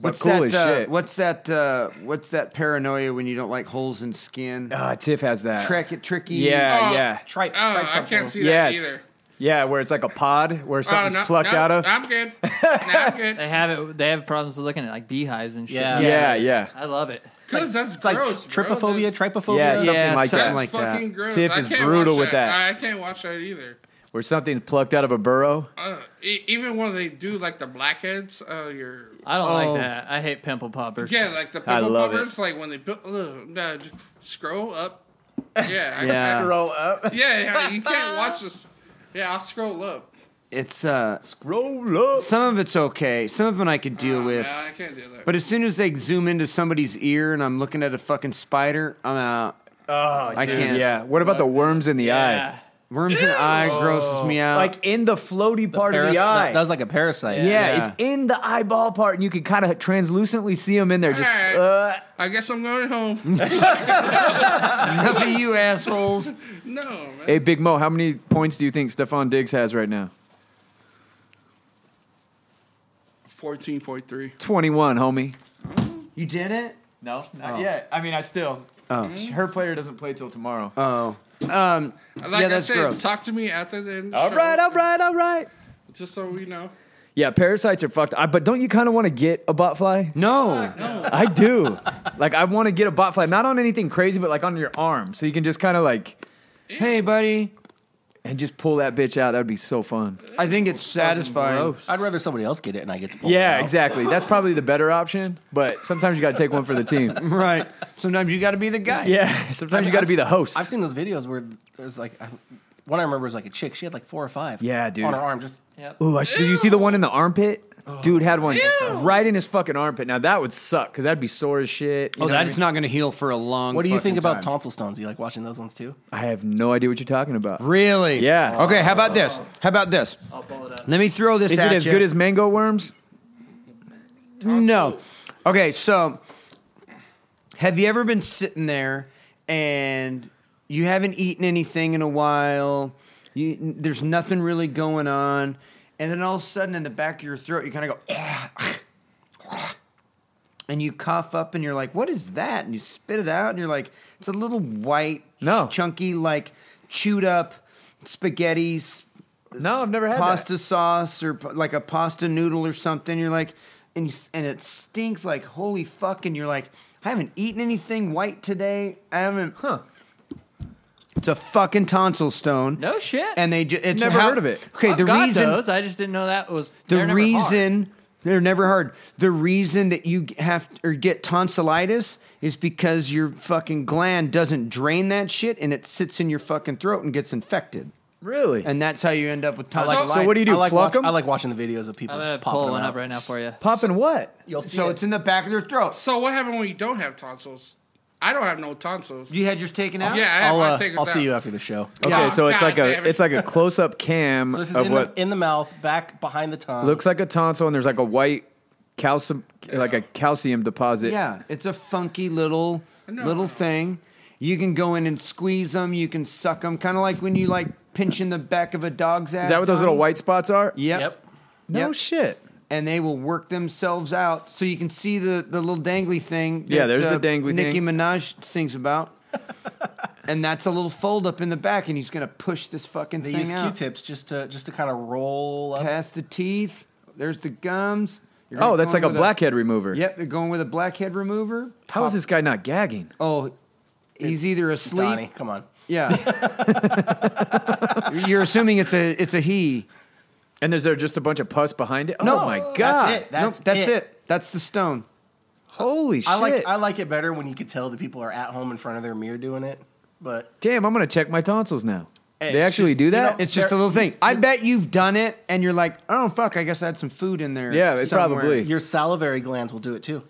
But What's cool that? as uh, shit. What's that? Uh, what's that paranoia when you don't like holes in skin? Ah, Tiff has that. Trick, tricky. Yeah, Oh, yeah. Tripe. Oh, tripe I can't something. see Yes. that either. Yeah, where it's like a pod where Oh, something's plucked out of. I'm good. Nah, I'm good. They have it. They have problems looking at like beehives and shit. Yeah. yeah, yeah. I love it. Cause that's It's like gross, bro. trypophobia, That's- trypophobia. Yeah, something Yeah, like something That's that. like that. fucking gross. Tiff I is can't brutal watch with that. I I can't watch that either. where something's plucked out of a burrow. Uh, e- even when they do like the blackheads, uh, your I don't Oh. like that. I hate pimple poppers. yeah, like the I pimple love it. poppers, like when they built, ugh, nah, j- scroll up. Yeah, I Yeah. Scroll. Roll Ah. up. yeah, yeah. You can't watch this. Yeah, I'll scroll up. It's uh, Roll up. some of it's okay. Some of them I could deal Nah, with. man, I can't do that. But as soon as they zoom into somebody's ear and I'm looking at a fucking spider, I'm out. I can't. Ah, Yeah. What about the worms in the Yeah. Worms in the eye grosses me eye? out. Like in Uh, the floaty part Paras- of the eye. That, that was like a parasite. yeah, Yeah. it's in the eyeball part, and you can kind of translucently see them in there. Just Alright. uh, I guess I'm going home. enough of you assholes. no, man. hey, Big Mo, how many points do you think Stefan Diggs has right now? Fourteen point three. Twenty-one, homie. You did it? No, not Oh. yet. I mean, I still. Oh. Her player doesn't play till tomorrow. Oh. Um, Like yeah, I that's said, gross. talk to me after the All show, right, all right, all right. Just so we know. Yeah, parasites are fucked. I, but don't you kind of want to get a botfly? no. No, I do. like I want to get a botfly, not on anything crazy, but like on your arm, so you can just kind of like Hey, buddy. and just pull that bitch out. That would be so fun. I think it's satisfying. Gross. I'd rather somebody else get it and I get Oh, to pull it Yeah, out. exactly. That's probably the better option. But sometimes you got to take one for the team. Right. Sometimes you got to be the guy. Yeah, sometimes you got to be the host. I've seen those videos where there's like I, one I remember was like a chick. She had like four or five. Yeah, dude. On her arm, just Yep. Ooh, I s- did you see the one in the armpit? Oh. Dude had one Ew. right in his fucking armpit. Now that would suck because that'd be sore as shit. you Oh, know that what is not going to heal for a long. What do you fucking think about time. tonsil stones? You like watching those ones too? I mean? I have no idea what you're talking about. Really? Yeah. Okay. How about this? How about this? I'll pull it up. Let me throw this Is at it as ya. good as mango worms? No. Okay, so have you ever been sitting there and you haven't eaten anything in a while? You, there's nothing really going on, and then all of a sudden, in the back of your throat, you kind of go, "Ah, and you cough up, and you're like, "What is that?" And you spit it out, and you're like, "It's a little white, No. chunky, like chewed up spaghetti." s- No, I've never had pasta sauce or p- like a pasta noodle or something. You're like, and you, s- and it stinks like holy fuck. And you're like, I haven't eaten anything white today. I haven't. Huh. It's a fucking tonsil stone. No shit. And they ju- it's Never how- heard of it. Okay, I've the got reason those. I just didn't know that was they're the never hard. reason they're never hard. The reason that you g- have or get tonsillitis is because your fucking gland doesn't drain that shit and it sits in your fucking throat and gets infected. Really? And that's how you end up with like- tonsillitis. so what do you do? I like, pluck watch, them? I like watching the videos of people I'm gonna popping pull them one out. up right now for you. Popping what? You'll see so it. it's in the back of their throat. So what happened when you don't have tonsils? I don't have no tonsils. You had yours taken out? yeah, I have I'll, my uh, take I'll it see out. you after the show. Okay, Yeah. so it's God like damn a it. it's like a close up cam So this is of in, what the, in the mouth, back behind the tongue. looks like a tonsil, and there's like a white calcium like a calcium deposit. Yeah, it's a funky little No. little thing. You can go in and squeeze them. You can suck them, kind of like when you like pinching the back of a dog's ass. Is that what those Donnie? little white spots are? Yep. Yep. No Yep. shit. And they will work themselves out, so you can see the the little dangly thing. Yeah, that, uh, there's the dangly Nicki thing. Minaj sings about. and that's a little fold up in the back, and he's gonna push this fucking They thing use out Q-tips just to just to kind of roll up. past the teeth. There's the gums. You're Oh, gonna that's go in like a with blackhead remover. Yep, they're going with a blackhead remover. How is this guy not gagging? Oh, he's either asleep. Donnie, come on. Yeah. You're assuming it's a it's a he. And is there just a bunch of pus behind it? No, oh my that's god. it. That's Nope, that's it. it. That's the stone. Holy shit. I like I like it better when you could tell the people are at home in front of their mirror doing it. But Damn, I'm gonna check my tonsils now. Hey, they it's actually just- do you that? know- It's just a There- little thing. I bet you've done it and you're like, oh fuck, I guess I had some food in there. Yeah, it somewhere." probably. your salivary glands will do it too.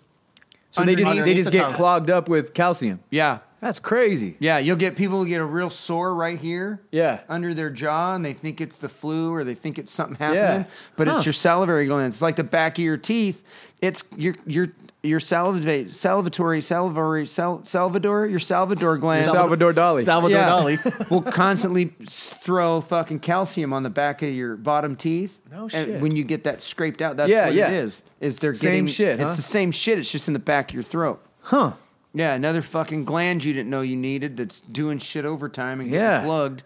so they just they underneath just the get tongue. clogged up with calcium. Yeah. That's crazy. Yeah. You'll get people who get a real sore right here. Yeah. Under their jaw, and they think it's the flu or they think it's something happening, Yeah. but Huh. it's your salivary glands. It's like the back of your teeth. It's your your your salivatory salivatory salivatory sal, Salvador your Salvador glands. Salvador Dali. Salvador Yeah. Dali. will constantly s- throw fucking calcium on the back of your bottom teeth. No shit. And when you get that scraped out, that's Yeah, what yeah. it is. Is they're Same getting, shit, huh? It's the same shit. It's just in the back of your throat. Huh. Yeah, another fucking gland you didn't know you needed that's doing shit overtime and Yeah. getting plugged.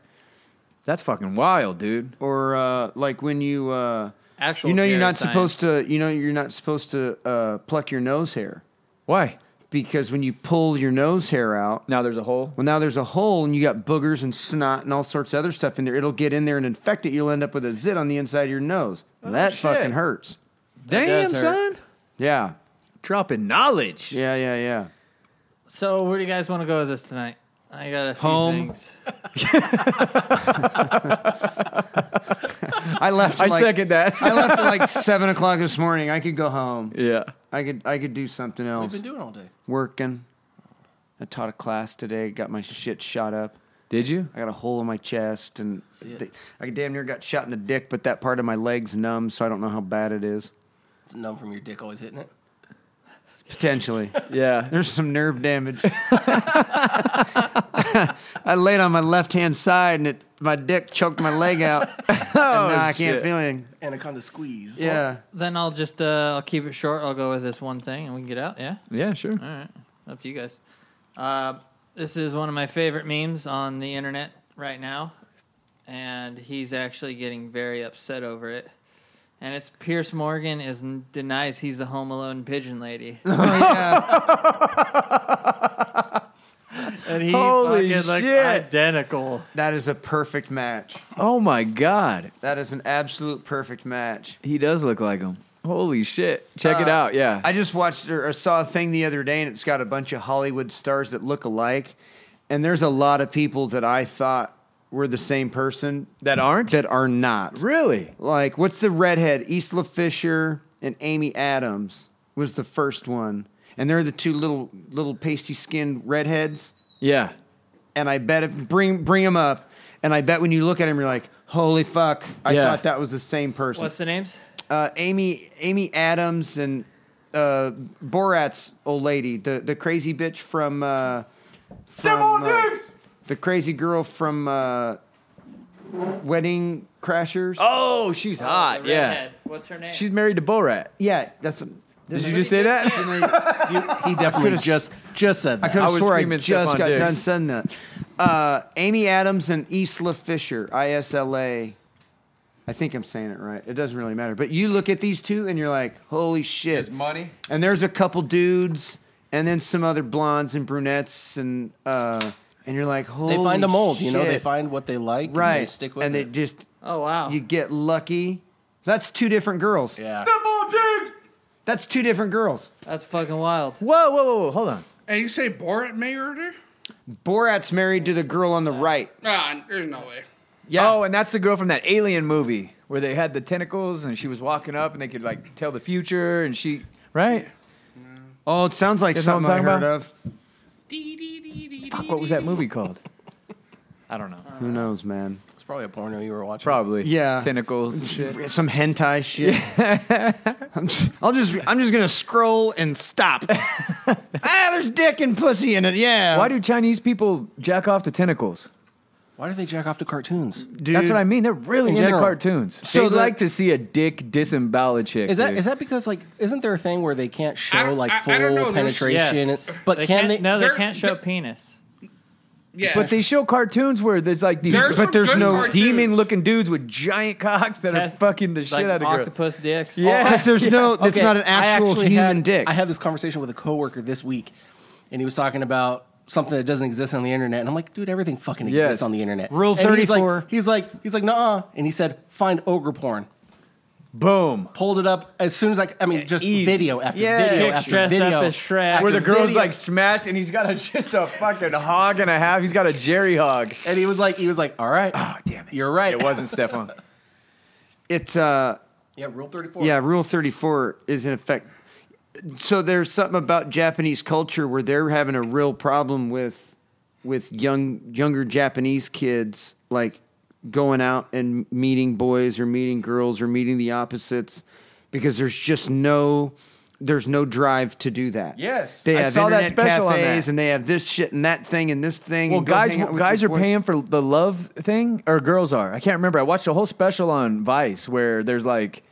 That's fucking wild, dude. Or uh, like when you uh, Actual you know you're not parasites. supposed to you know you're not supposed to uh, pluck your nose hair Why? because when you pull your nose hair out, Now there's a hole. Well, now there's a hole, and you got boogers and snot and all sorts of other stuff in there. It'll get in there and infect it. You'll end up with a zit on the inside of your nose. that Oh, shit. fucking hurts. Damn, does hurt. son. Yeah, Dropping knowledge. yeah, yeah, yeah. So where do you guys want to go with this tonight? I got a few Home. things. I left. I like, second that. I left at like seven o'clock this morning. I could go home. yeah. I could. I could do something We've else. been doing all day. Working. I taught a class today. Got my shit shot up. Did you? I got a hole in my chest, and it. I damn near got shot in the dick, but that part of my leg's numb, so I don't know how bad it is. It's numb from your dick always hitting it. potentially. Yeah. There's some nerve damage. I laid on my left hand side and it, my dick choked my leg out. and now I can't Oh, shit. feel anything. Anaconda squeeze. Yeah. Then I'll just uh, I'll keep it short. I'll go with this one thing, and we can get out. Yeah. Yeah, sure. All right. Up to you guys. Uh, this is one of my favorite memes on the internet right now. And he's actually getting very upset over it. And it's Pierce Morgan is denies he's the Home Alone pigeon lady. Oh, yeah. And he Holy fucking looks shit. identical. that is a perfect match. Oh my god, That is an absolute perfect match. he does look like him. Holy shit! Check it Uh, out. Yeah. I just watched or or saw a thing the other day, and it's got a bunch of Hollywood stars that look alike. And there's a lot of people that I thought were the same person that aren't that are not. really. Like, what's the redhead? Isla Fisher and Amy Adams was the first one, and they're the two little little pasty skinned redheads. Yeah. And I bet if bring bring them up, and I bet when you look at them, you're like, holy fuck! I Yeah. thought that was the same person What's the names? uh, Amy Amy Adams and uh, Borat's old lady, the the crazy bitch from, uh, from uh, the crazy girl from uh, Wedding Crashers. Oh, she's Ah, hot. The Yeah. redhead. What's her name? She's married to Borat. Yeah, that's. Did you That's just what say he that? said. He definitely Could've- just just said I that. could have was swore I screaming just Stephon got Diggs. done saying that. Uh, Amy Adams and Isla Fisher, I S L A. I think I'm saying it right. It doesn't really matter. But you look at these two and you're like, holy shit. money. and there's a couple dudes, and then some other blondes and brunettes, and uh, and you're like, holy they find a mold, you know. They shit." find what they like, right, And they stick with and it. they just Oh, wow. you get lucky. That's two different girls. yeah. That's two different girls. That's fucking wild. Whoa, whoa, whoa, whoa! Hold on. And you say Borat married her? Borat's married to the girl on the right. Ah, there's no way. Yeah. Oh, and that's the girl from that Alien movie where they had the tentacles and she was walking up and they could like tell the future and she right. Oh, it sounds like That's what I'm something I talking heard about? of. Fuck, what was that movie called? I don't know. Who knows, man? It's probably a porno you were watching. Probably. Yeah. Tentacles and shit. Some hentai shit. I'm just, I'll just I'm just gonna scroll and stop. ah, there's dick and pussy in it. Yeah. Why do Chinese people jack off to tentacles? Why do they jack off to cartoons? Dude, That's what I mean. They're really In into general. cartoons. So So they the- like to see a dick disembowel a chick. Is that dude. is that because like isn't there a thing where they can't I show don't- like I- full I don't know. There's- penetration? Yes. But They can can't- they? No, they They're- can't show they're- penis. Yeah. But they show cartoons where there's like these There's some there's good no cartoons. demon-looking dudes with giant cocks that are Test- fucking the like shit out of girls. octopus dicks. Yeah. Because there's no, that's Okay, not an I actual actually human had- dick. I had this conversation with a coworker this week, and he was talking about something that doesn't exist on the internet. And I'm like, dude, everything fucking Yes. exists on the internet. Rule And he's like- 34. He's like, he's like, nah. And he said, find ogre porn. Boom. Pulled it up as soon as I, c- I mean, just Easy. video after Yeah. video Chicks after Oh, dressed video. up as Shrek. after Where the girl's video. like smashed and he's got a, just a fucking hog and a half. He's got a jerry hog. and he was like, he was like, all right, Oh, damn it. you're right. It wasn't Stefan. it's uh, Yeah, rule 34. yeah, Rule Thirty Four is in effect. So there's something about Japanese culture where they're having a real problem with with young younger Japanese kids like going out and meeting boys or meeting girls or meeting the opposites because there's just no there's no drive to do that. Yes. they I have saw that internet special on cafes that. and they have this shit and that thing and this thing. Well, and go guys, hang out with guys these are boys. paying for the love thing, or girls are. I can't remember. I watched a whole special on Vice where there's like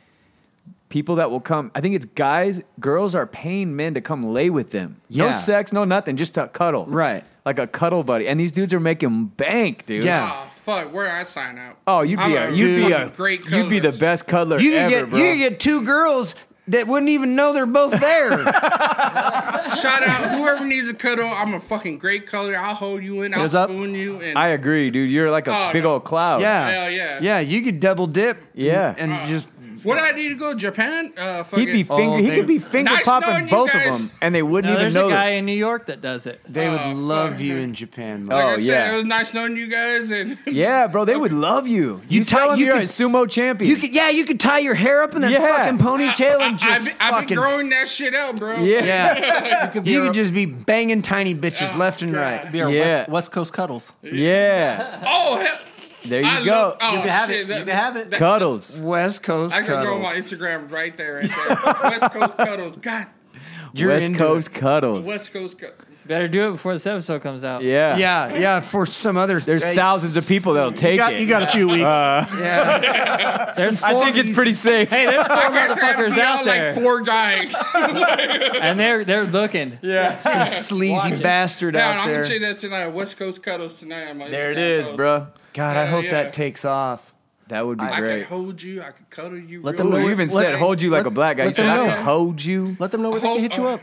people that will come. I think it's guys, girls are paying men to come lay with them. No Yeah. sex, no nothing, just to cuddle. Right. Like a cuddle buddy. And these dudes are making bank, dude. Yeah. Oh, fuck. Where I sign up? Oh, you'd I'm be a, you'd be fucking a great cuddler. you'd be the best cuddler You can ever, get bro. you can get two girls that wouldn't even know they're both there. Shout out whoever needs a cuddle. I'm a fucking great cuddler. I'll hold you in. I'll Heads up. spoon you. And I agree, dude. You're like a Oh, big no. old cloud. yeah. Hell yeah. Oh. Yeah, you could double dip. Yeah. And just What I need to go to Japan? Uh, He'd fucking, be finger, he they- could be finger Nice knowing popping you both of guys. them, and they wouldn't No, even there's know. a guy that. in New York that does it. they Oh, would love fuck. you in Japan. like Oh, I said, yeah. It was nice knowing you guys. And Yeah, bro, they would love you. You, You tie- tell them you you are could- a sumo champion. You could yeah, you could tie your hair up in that Oh. Yeah. fucking ponytail I, and just have been, I've fucking been growing that shit out, bro. yeah. Yeah. You could be you a- could just be banging tiny bitches Oh, left and God. right. be our Yeah. West, West Coast cuddles. You Yeah. Oh, hell. There you I go. love- oh, can have shit, it. that- you can have it. that- Cuddles. West Coast I could go on cuddles. my Instagram right there. Right there. West Coast cuddles. God You're West into Coast cuddles. West Coast. Cut. Better do it before this episode comes out. yeah. Yeah, yeah. For some other, There's thousands of people that'll take You got, it. Uh, you got a few weeks. Yeah, There's I four- think it's pretty safe. Hey, there's four There's motherfuckers out there, like four guys. and they're they're looking. yeah. some sleazy bastard Man, out I'm there. gonna check that tonight. West Coast cuddles tonight. On my There it Instagram is, post. bro. God, I Yeah, hope yeah. that takes off. That would be I great. can hold you. I can cuddle you. Let real them know Ooh, you nice even and said tight. hold you like a black guy. You let said them I know. can hold you. Let them know where they Hold- can hit you uh, up.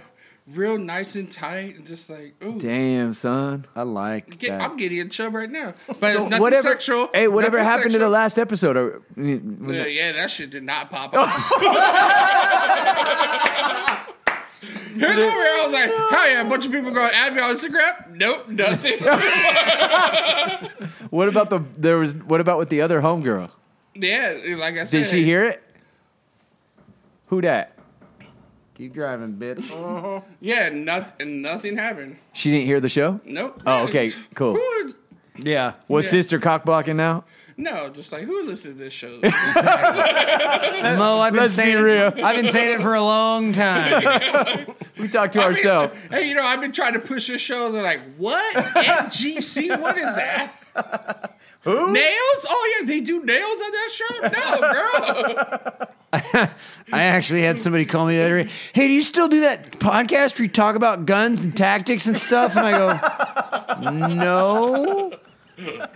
Real nice and tight, and just like ooh. Damn, son. I like Get, that. I'm getting in chub right now, but it's nothing whatever. sexual. Hey, whatever nothing happened to sexual. the last episode? Or- Yeah, yeah, that shit did not pop up. Here's over here. I was like, "Hi, yeah, a bunch of people going add me on Instagram." Nope, nothing. What about the there was? What about with the other homegirl? yeah, like I said, Did she hear it? Who that? Keep driving, bitch. Yeah, nothing. Nothing happened. She didn't hear the show. Nope. Oh, okay, cool. Who would- yeah, Was Yeah. sister cock blocking now? no, just like who listens to this show? Mo, I've been Let's be saying real. It, I've been saying it for a long time. We talk to ourselves. hey, you know, I've been trying to push this show. They're like, what? NGC? What is that? Who? Nails? Oh, yeah, they do nails on that show? No, girl. I actually had somebody call me the other day. Hey, do you still do that podcast where you talk about guns and tactics and stuff? And I go, no.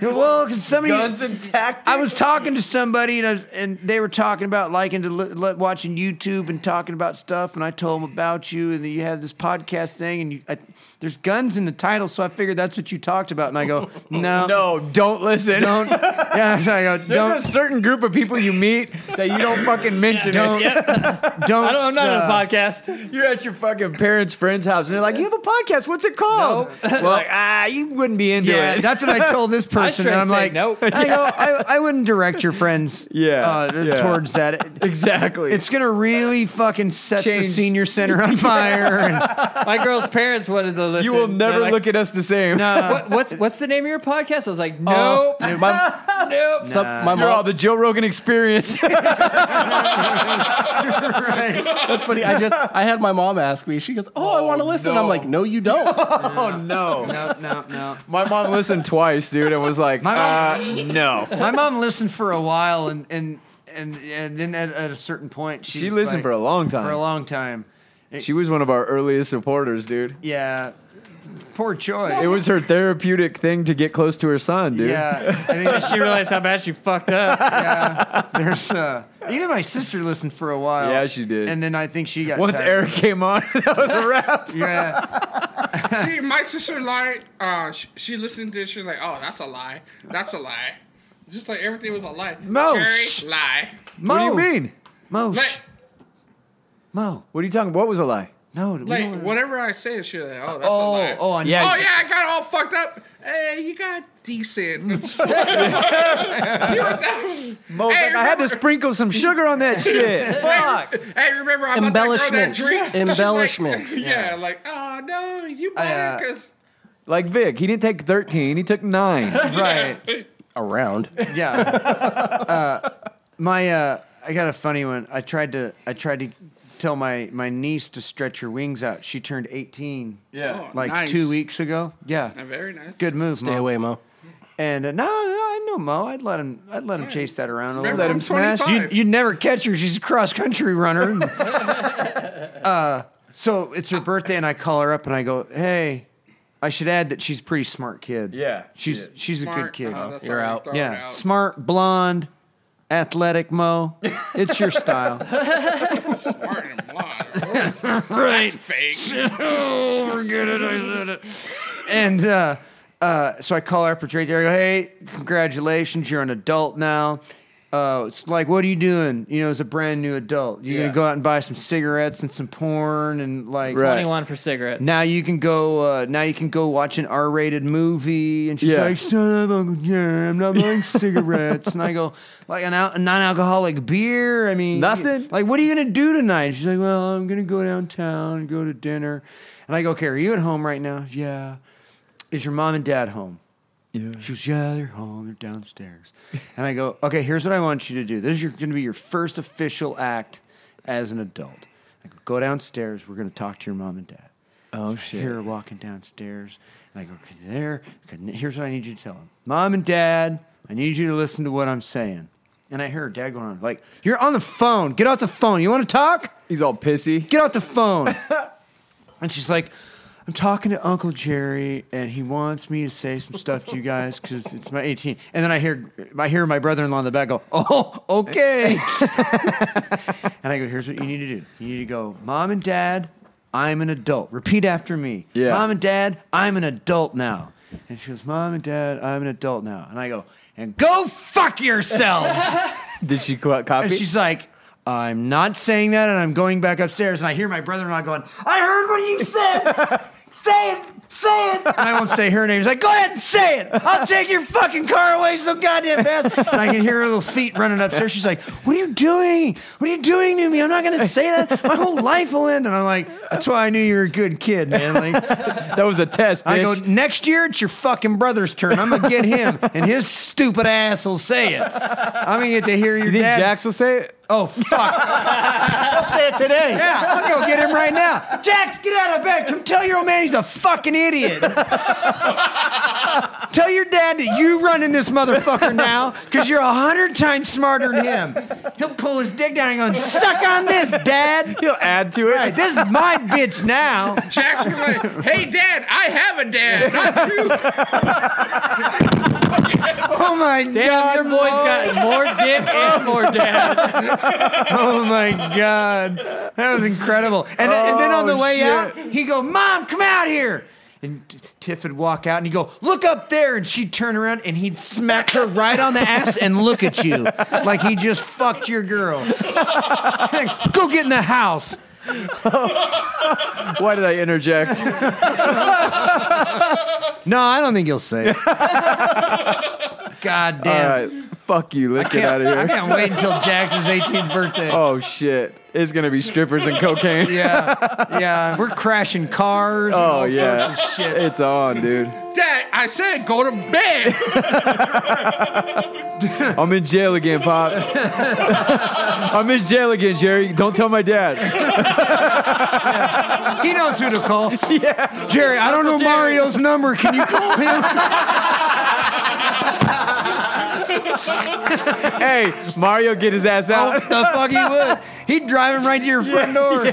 Well, because somebody and tactics. I was talking to somebody and I was, and they were talking about liking to li- li- watching YouTube and talking about stuff and I told them about you and that you have this podcast thing and you, I, there's guns in the title so I figured that's what you talked about and I go no No, don't listen. don't yeah so I go There's a don't certain group of people you meet that you don't fucking mention. don't it. don't I don't. I'm not uh, on a podcast. You're at your fucking parents' friend's house, and they're like, "You have a podcast? What's it called?" Well, like, ah, you wouldn't be into yeah it. that's what I told this person straight and I'm said like nope. I go I, I wouldn't direct your friends Yeah, uh, yeah. towards that exactly. it's gonna really fucking set Change. the senior center on fire and, My girl's parents wanted to listen. you will never They're like, look at Oh, us the same. uh, What, what's what's the name of your podcast? I was like, nope, My, nope. some- my You're all mom. the Joe Rogan experience. That's funny. I just I had my mom ask me. She goes, "Oh, I want to listen." no. I'm like, "No, you don't." oh no. no no no My mom listened twice, dude, and was like, My uh, no. My mom listened for a while, and and and, and then at, at a certain point, she, She was listened like- for a long time. for a long time. she was one of our earliest supporters, dude. Yeah, poor choice. It was her therapeutic thing to get close to her son, dude. Yeah, I think it's- She realized how bad she fucked up. yeah. There's uh, even my sister listened for a while. Yeah, she did. And then I think she got Once tired. Eric came on, that was a wrap. Yeah, See, my sister lied. Uh, she, she listened to it. She was like, oh, that's a lie. That's a lie. Just like everything was a lie. No, Cherry, shh. lie. Mo, What do you mean? Mo, shh, Like, Mo, What are you talking? What was a lie? no, we like don't- whatever I say, she's like, oh, that's a oh, lie. oh, I- Yeah. Oh yeah, I got all fucked up. Hey, you got decent. you got that- Mo's Hey, like, I had to remember- sprinkle some sugar on that shit. Fuck. Hey, remember I bought that girl that Embellishment. drink? Yeah. Embellishment, She's Like, yeah. like oh no, you bought I, uh, it because Like Vic, he didn't take 13, he took nine. right. Oh, Around. Yeah. uh, my uh, I got a funny one. I tried to I tried to tell my my niece to stretch her wings out. She turned 18 yeah, like 2 weeks ago. Yeah. Uh, Very nice. Good move, Stay Mo. away, Mo. And uh, no, no, I know Mo. I'd let him I'd let him chase that around a little. Remember, Let I'm him smash. 25. You you'd never catch her. She's a cross country runner. uh so it's her birthday and I call her up and I go, "Hey, I should add that she's a pretty smart kid. Yeah, she She's she's a good kid. Oh, that's You're all you out. thought Yeah, about. smart, blonde, athletic Mo. It's your style. smart and blonde. right. That's fake. oh, forget it. I said it. And uh, uh, so I call her up and right there. I go, hey, congratulations, you're an adult now. Uh, it's like, what are you doing? You know, as a brand new adult, you're Yeah. gonna go out and buy some cigarettes and some porn and like. Right. Twenty-one for cigarettes. Now you can go. Uh, now you can go watch an R-rated movie, and she's Yeah. like, "Shut up, Uncle Jerry. I'm not buying cigarettes." And I go, "Like an al- a non-alcoholic beer? I mean, Nothing? Like, what are you gonna do tonight?" And she's like, "Well, I'm gonna go downtown and go to dinner." And I go, "Okay, are you at home right now?" Yeah. Is your mom and dad home? Yeah. She goes, yeah, they're home. They're downstairs. And I go, okay, here's what I want you to do. This is going to be your first official act as an adult. I go, go downstairs. We're going to talk to your mom and dad. Oh, I shit. hear her walking downstairs. And I go, okay, there. okay, here's what I need you to tell them. Mom and dad, I need you to listen to what I'm saying. And I hear her dad going on, like, you're on the phone. Get off the phone. You want to talk? He's all pissy. get off the phone. and she's like, I'm talking to Uncle Jerry, and he wants me to say some stuff to you guys because it's my 18. And then I hear, I hear my brother-in-law in the back go, "Oh, okay." and I go, "Here's what you need to do. You need to go, Mom and Dad, I'm an adult. Repeat after me. Yeah. Mom and Dad, I'm an adult now." And she goes, "Mom and Dad, I'm an adult now." And I go, "And go fuck yourselves." Did she co- copy? And she's like, I'm not saying that, and I'm going back upstairs. And I hear my brother in law going, I heard what you said. say it. Say it. And I won't say her name. She's like, go ahead and say it. I'll take your fucking car away so goddamn fast. And I can hear her little feet running upstairs. She's like, what are you doing? What are you doing to me? I'm not going to say that. My whole life will end. And I'm like, that's why I knew you were a good kid, man. Like, that was a test, bitch. I go, next year it's your fucking brother's turn. I'm going to get him, and his stupid ass will say it. I'm going to get to hear your you think dad. Jax will say it? oh, fuck. Say it today. Yeah, I'll go get him right now. Jax, get out of bed. Come tell your old man he's a fucking idiot. tell your dad that you run in this motherfucker now because you're a hundred times smarter than him. He'll pull his dick down and go, suck on this, dad. He'll add to it. Right, this is my bitch now. Jackson was like, "Hey, Dad, I have a dad, not you." Oh my god. Damn, your boy's Lord. got more dick and more dad. Oh my god, that was incredible. And, then- and then on the Oh, way shit. out, he go, "Mom, come out here." And T- Tiff would walk out, and he'd go, "Look up there," and she'd turn around, and he'd smack her right on the ass and look at you like he just fucked your girl. go get in the house. Why did I interject? No, I don't think he'll say it. God All damn. right. Fuck you. Let's get Can't- out I of here. can't wait until Jackson's 18th birthday. Oh, shit. It's going to be strippers and cocaine. Yeah, yeah. We're crashing cars. and Oh, all yeah. sorts of shit. It's on, dude. Dad, I said, go to bed. I'm in jail again, Pops. I'm in jail again, Jerry. Don't tell my dad. He knows who to call. Jerry, I don't know Mario's number. Can you call him? Hey, Mario, get his ass oh, the out. fuck he would. He'd drive him right to your front door.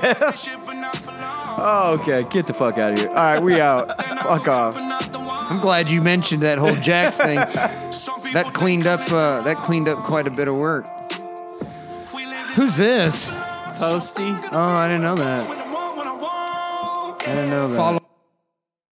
Oh, okay. Get the fuck out of here. All right, we out. Fuck off. I'm glad you mentioned that whole Jax thing. That cleaned up. Uh, that cleaned up quite a bit of work. Who's this? Posty. Oh, I didn't know that. I didn't know that. Follow